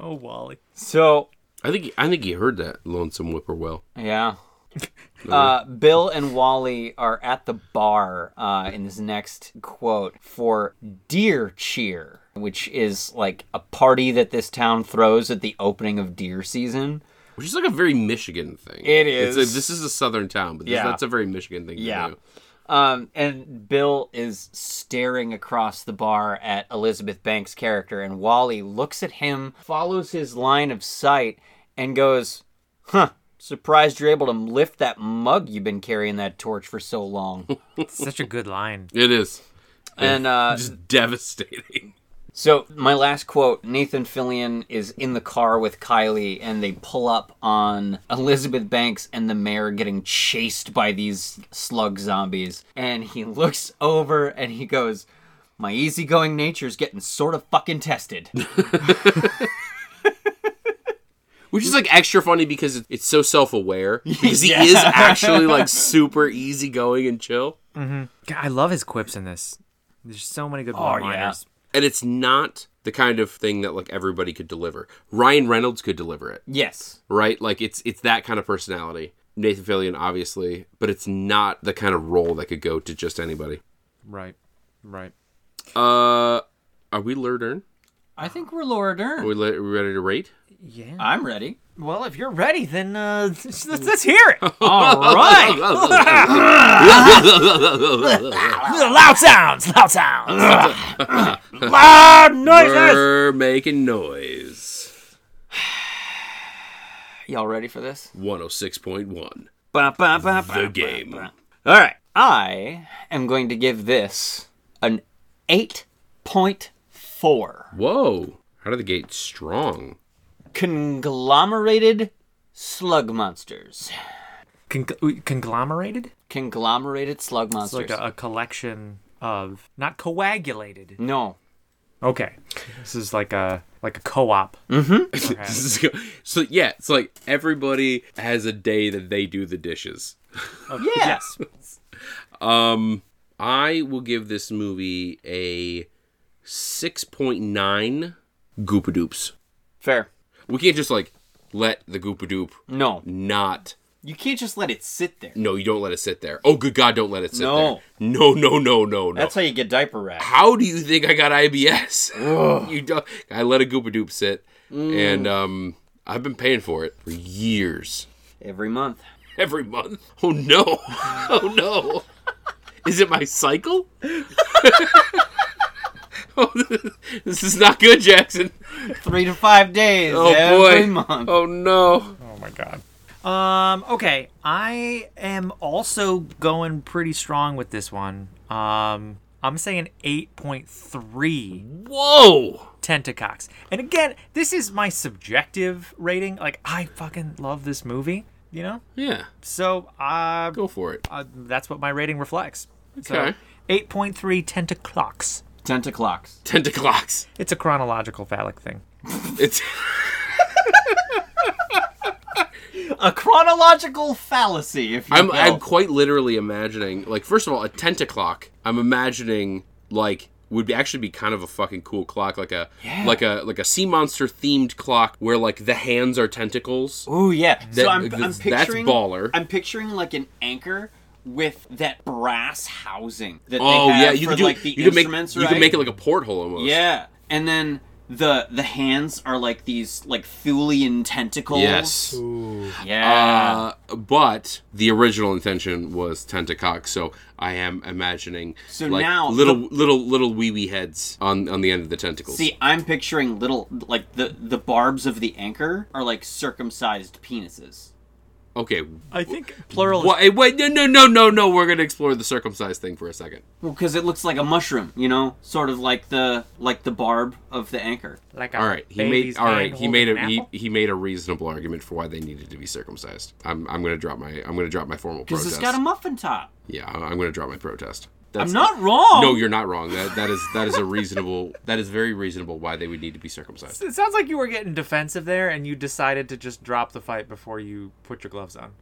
Speaker 3: Oh, Wally.
Speaker 4: so
Speaker 1: I think I think you heard that lonesome whippoorwill.
Speaker 4: yeah uh, bill and wally are at the bar uh, in this next quote for deer cheer which is like a party that this town throws at the opening of deer season
Speaker 1: Which is like a very Michigan thing.
Speaker 4: It
Speaker 1: It's
Speaker 4: is.
Speaker 1: a- this is a southern town, but this,
Speaker 4: Yeah.
Speaker 1: that's a very Michigan thing
Speaker 4: Yeah.
Speaker 1: to do.
Speaker 4: Um, and Bill is staring across the bar at Elizabeth Banks' character, and Wally looks at him, follows his line of sight, and goes, Huh, surprised you're able to lift that mug you've been carrying that torch for so long.
Speaker 3: Such a good line.
Speaker 1: It is.
Speaker 4: and uh,
Speaker 1: Just devastating. *laughs*
Speaker 4: So, my last quote Nathan Fillion is in the car with Kylie, and they pull up on Elizabeth Banks and the mayor getting chased by these slug zombies. And he *laughs* looks over and he goes, My easygoing nature's getting sort of fucking *laughs* tested.
Speaker 1: Which is like extra funny because it- it's so self aware.
Speaker 4: *laughs*
Speaker 1: Because he is actually like super easygoing and chill.
Speaker 3: God, I love his quips in this. There's so many good one liners.
Speaker 1: And it's not the kind of thing that like everybody could deliver. Ryan Reynolds could deliver it.
Speaker 4: yes.
Speaker 1: right? Like it's it's that kind of personality. Nathan Fillion, obviously, but it's not the kind of role that could go to just anybody.
Speaker 3: Right. Right.
Speaker 1: Uh, are we Lurdern?
Speaker 4: I think we're Laura
Speaker 1: Are
Speaker 4: Dern.
Speaker 1: we, le- are we ready to rate?
Speaker 3: Yeah.
Speaker 4: I'm *laughs* ready.
Speaker 3: Well, if you're ready, then uh, *laughs* let's, let's *laughs* hear it.
Speaker 1: *laughs*
Speaker 4: All right.
Speaker 3: loud sounds. Loud sounds.
Speaker 1: *laughs*
Speaker 3: *laughs* loud noises.
Speaker 1: We're making noise.
Speaker 4: Y'all ready for this?
Speaker 1: One hundred six point one.
Speaker 4: Ba, ba, ba, ba,
Speaker 1: The
Speaker 4: ba,
Speaker 1: game.
Speaker 4: ba. All right. I am going to give this an 8.4.
Speaker 1: Whoa! Out of the gate strong.
Speaker 4: conglomerated slug monsters.
Speaker 3: Con- conglomerated.
Speaker 4: Conglomerated slug
Speaker 3: It's
Speaker 4: monsters.
Speaker 3: like a, a collection of not coagulated.
Speaker 1: *laughs*
Speaker 4: no.
Speaker 3: Okay. This is like a like a co-op.
Speaker 1: Mm. This is- *laughs* so yeah, it's like everybody has a day that they do the dishes.
Speaker 4: Yes.
Speaker 1: I will give this movie a six point nine goopadoops.
Speaker 4: Fair.
Speaker 1: We can't just like let the goopadoop
Speaker 4: No.
Speaker 1: not.
Speaker 4: You can't just let it sit there.
Speaker 1: No, you don't let it sit there. Oh, good God, don't let it sit
Speaker 4: No.
Speaker 1: there. No, no, no, no, no.
Speaker 4: That's how you get diaper rat.
Speaker 1: how do you think I got IBS? you don't. I let a goopadoop sit,
Speaker 4: Mm.
Speaker 1: and um, I've been paying for it for years,
Speaker 4: Every month.
Speaker 1: every month. Oh no! *laughs* Oh no! Is it my cycle? *laughs* oh, this is not good, Jackson.
Speaker 4: Three to five days
Speaker 1: Oh boy!
Speaker 4: every month.
Speaker 1: Oh no!
Speaker 3: Oh my god. Um. Okay. I am also going pretty strong with this one. Um. I'm saying 8.3
Speaker 1: Whoa!
Speaker 3: tentacocks. And again, this is my subjective rating. Like, I fucking love this movie, you know?
Speaker 1: Yeah,
Speaker 3: So, uh,
Speaker 1: go for it.
Speaker 3: uh, that's what my rating reflects.
Speaker 1: Okay.
Speaker 3: So, 8.3 tentaclocks.
Speaker 4: Tentaclocks.
Speaker 1: Tentaclocks.
Speaker 3: It's a chronological phallic thing.
Speaker 1: It's
Speaker 4: A chronological fallacy, if you
Speaker 1: I'm
Speaker 4: will.
Speaker 1: I'm quite literally imagining like first of all a tentaclock I'm imagining like would be, actually be kind of a fucking cool clock, like a like a like a sea monster themed clock where like the hands are tentacles.
Speaker 4: Oh yeah.
Speaker 1: That-
Speaker 4: so I'm, I'm
Speaker 1: that's- that's
Speaker 4: picturing
Speaker 1: baller.
Speaker 4: I'm picturing like an anchor with that brass housing that
Speaker 1: Oh
Speaker 4: they have
Speaker 1: yeah, you
Speaker 4: for
Speaker 1: can do
Speaker 4: like the
Speaker 1: you can make
Speaker 4: instruments,
Speaker 1: you
Speaker 4: right?
Speaker 1: can make it like a porthole almost.
Speaker 4: yeah, and then the the hands are like these like Thulian tentacles.
Speaker 1: Yes.
Speaker 4: Yeah.
Speaker 1: Uh, but the original intention was tentacock, so I am imagining
Speaker 4: So
Speaker 1: like
Speaker 4: now
Speaker 1: little little little wee wee heads on on the end of the tentacles.
Speaker 4: See, I'm picturing little like the the barbs of the anchor are like circumcised penises.
Speaker 1: okay.
Speaker 3: I think plural.
Speaker 1: Why, wait, no, no, no, no, no. We're gonna explore the circumcised thing for a second.
Speaker 4: Well, because it looks like a mushroom, you know, sort of like the like the barb of the anchor.
Speaker 3: like
Speaker 1: All right, he made. All right, he made a he, he made a reasonable argument for why they needed to be circumcised. I'm I'm gonna drop my I'm gonna drop my formal
Speaker 4: Because
Speaker 1: protest.
Speaker 4: it's got a muffin top.
Speaker 1: yeah, I- I'm gonna drop my protest. That's
Speaker 4: I'm not wrong.
Speaker 3: Oh.
Speaker 1: No, you're not wrong. That that is that is a reasonable that is very reasonable why they would need to be
Speaker 3: *laughs*
Speaker 1: circumcised.
Speaker 3: It sounds like you were getting defensive there, and you decided to just drop the fight before you put your gloves on.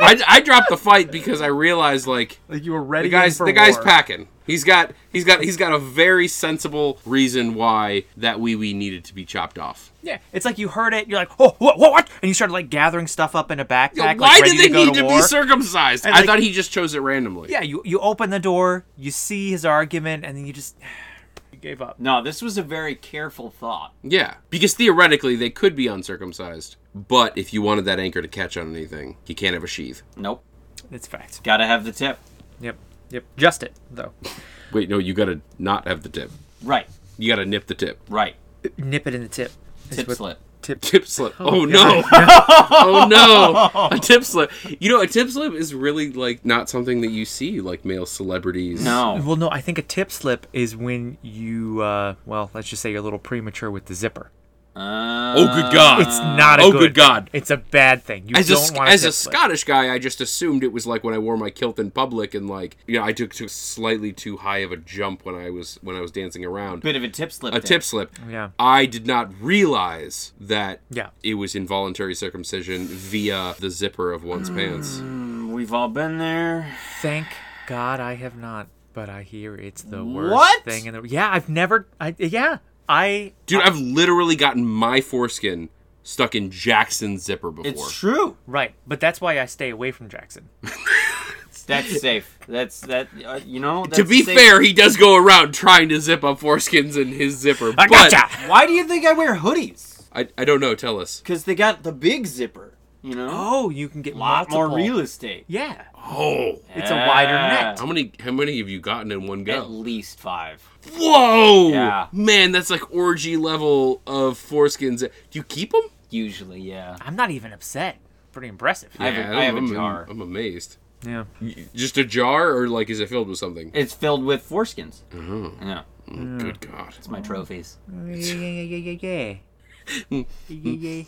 Speaker 1: I, I dropped the fight because I realized like
Speaker 3: Like you were ready.
Speaker 1: the guys
Speaker 3: for
Speaker 1: the guy's
Speaker 3: war.
Speaker 1: packing. He's got he's got he's got a very sensible reason why that wee wee needed to be chopped off.
Speaker 3: Yeah, it's like you heard it. You're like, oh, what, what, what? And you started like gathering stuff up in a backpack. like,
Speaker 1: why
Speaker 3: ready
Speaker 1: did they
Speaker 3: go
Speaker 1: need to, be
Speaker 3: war.
Speaker 1: circumcised?
Speaker 3: And,
Speaker 1: I
Speaker 3: like-
Speaker 1: thought he just chose it randomly.
Speaker 3: Yeah, you you open the door, you see his argument, and then you just *sighs* you gave up.
Speaker 4: No, this was a very careful thought.
Speaker 1: Yeah, because theoretically they could be uncircumcised, but if you wanted that anchor to catch on anything, you can't have a sheath.
Speaker 4: Nope.
Speaker 3: It's fact.
Speaker 4: Gotta have the tip.
Speaker 3: Yep, yep. Just it though.
Speaker 1: Wait, no, you gotta not have the tip.
Speaker 4: Right.
Speaker 1: You gotta nip the tip.
Speaker 4: Right.
Speaker 3: *laughs* Nip it in the tip. Is
Speaker 4: Tip
Speaker 3: what-
Speaker 4: slip.
Speaker 3: Tip.
Speaker 1: Tip slip. Oh, no. *laughs* oh
Speaker 3: *laughs*
Speaker 1: no. A tip slip. You know, a tip slip is really like not something that you see like male celebrities.
Speaker 4: No.
Speaker 1: *laughs*
Speaker 3: Well, no, I think a tip slip is when you, uh, well, let's just say you're a little premature with the zipper.
Speaker 4: Uh,
Speaker 1: Oh good god.
Speaker 3: It's not a
Speaker 1: Oh,
Speaker 3: good.
Speaker 1: good God.
Speaker 3: It's a bad thing. You
Speaker 1: as a,
Speaker 3: don't
Speaker 1: Sc-
Speaker 3: want
Speaker 1: as
Speaker 3: tip
Speaker 1: a
Speaker 3: slip.
Speaker 1: Scottish guy, I just assumed it was like when I wore my kilt in public and like you know I took, took slightly too high of a jump when I was when I was dancing around.
Speaker 4: bit of a tip slip.
Speaker 1: a
Speaker 4: there.
Speaker 1: tip slip.
Speaker 3: Yeah.
Speaker 1: I did not realize that
Speaker 3: Yeah.
Speaker 1: it was involuntary circumcision via the zipper of one's pants.
Speaker 4: We've all been there.
Speaker 3: Thank God I have not, but I hear it's the worst
Speaker 4: What?
Speaker 3: thing in the. Yeah, I've never. I yeah, I.
Speaker 1: Dude, I've literally gotten my foreskin stuck in Jackson's zipper before.
Speaker 4: It's true.
Speaker 3: Right, but that's why I stay away from Jackson.
Speaker 4: That's safe. That's that. Uh, you know. That's
Speaker 1: to be
Speaker 4: safe.
Speaker 1: fair, he does go around trying to zip up foreskins in his zipper.
Speaker 3: I
Speaker 1: *laughs* but
Speaker 3: gotcha.
Speaker 4: Why do you think I wear hoodies?
Speaker 1: I, I don't know. Tell us.
Speaker 4: Because they got the big zipper. You know.
Speaker 3: Oh, you can get
Speaker 4: a lot
Speaker 3: multiple.
Speaker 4: more real estate.
Speaker 3: Yeah,
Speaker 1: Oh,
Speaker 3: it's a wider
Speaker 4: Yeah.
Speaker 3: net.
Speaker 1: how many how many have you gotten in one
Speaker 4: At
Speaker 1: go?
Speaker 4: least five.
Speaker 1: Whoa,
Speaker 4: Yeah.
Speaker 1: man, that's like orgy level of foreskins. Do you keep them?
Speaker 4: Usually, yeah.
Speaker 3: I'm not even upset. Pretty impressive.
Speaker 4: I have a- I have a jar.
Speaker 1: I'm amazed. *laughs*
Speaker 3: Yeah.
Speaker 1: Just a jar, or like is it filled with something?
Speaker 4: It's filled with foreskins. Yeah.
Speaker 1: Good God.
Speaker 4: It's my trophies.
Speaker 3: Yeah, yeah, yeah, yeah, yeah.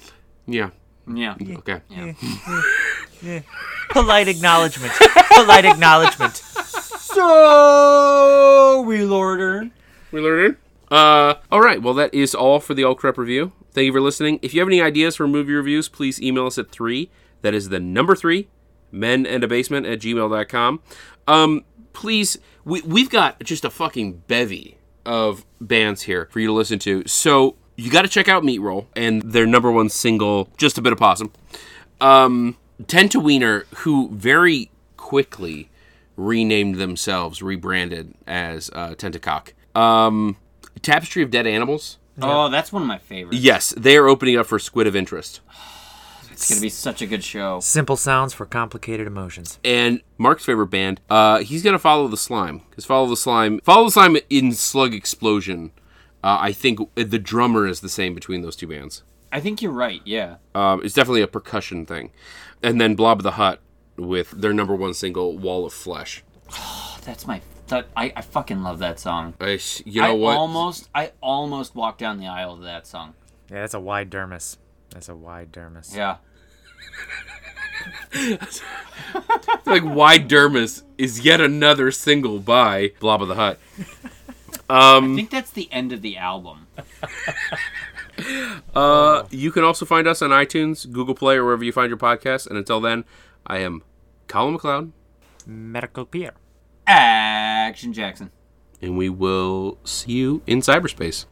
Speaker 3: yeah.
Speaker 1: Yeah.
Speaker 4: Yeah.
Speaker 1: Okay.
Speaker 3: Polite acknowledgement. Polite acknowledgement.
Speaker 4: So we order.
Speaker 1: We learned. Uh, all right. Well, that is all for the All Crep review. Thank you for listening. If you have any ideas for movie reviews, please email us at three. That is the number three, men and a basement at gmail.com. Um, please, we, we've got just a fucking bevy of bands here for you to listen to. So you got to check out Meat Roll and their number one single, Just a Bit of Possum. um, Tenta Wiener, who very quickly renamed themselves, rebranded as uh, Tentacock. Um, Tapestry of Dead Animals.
Speaker 4: Oh, that's one of my favorites.
Speaker 1: Yes, they are opening up for Squid of Interest.
Speaker 4: It's gonna be such a good show.
Speaker 3: Simple sounds for complicated emotions.
Speaker 1: And Mark's favorite band, uh, he's gonna follow the slime because follow the slime, follow the slime in Slug Explosion. Uh, I think the drummer is the same between those two bands.
Speaker 4: I think you're right. Yeah.
Speaker 1: Um, it's definitely a percussion thing. And then Blob of the Hut with their number one single, Wall of Flesh.
Speaker 4: That's my. That, I I fucking love that song.
Speaker 1: I, you know
Speaker 4: I
Speaker 1: what?
Speaker 4: almost I almost walked down the aisle to that song.
Speaker 3: Yeah, that's a wide dermis. That's a wide dermis.
Speaker 4: Yeah.
Speaker 1: like why dermis is yet another single by blob of the hut Mm.
Speaker 4: I think that's the end of the album.
Speaker 1: uh, you can also find us on itunes google play or wherever you find your podcasts and until then i am colin mcleod
Speaker 3: Medical peer.
Speaker 4: Action Jackson.
Speaker 1: and we will see you in cyberspace.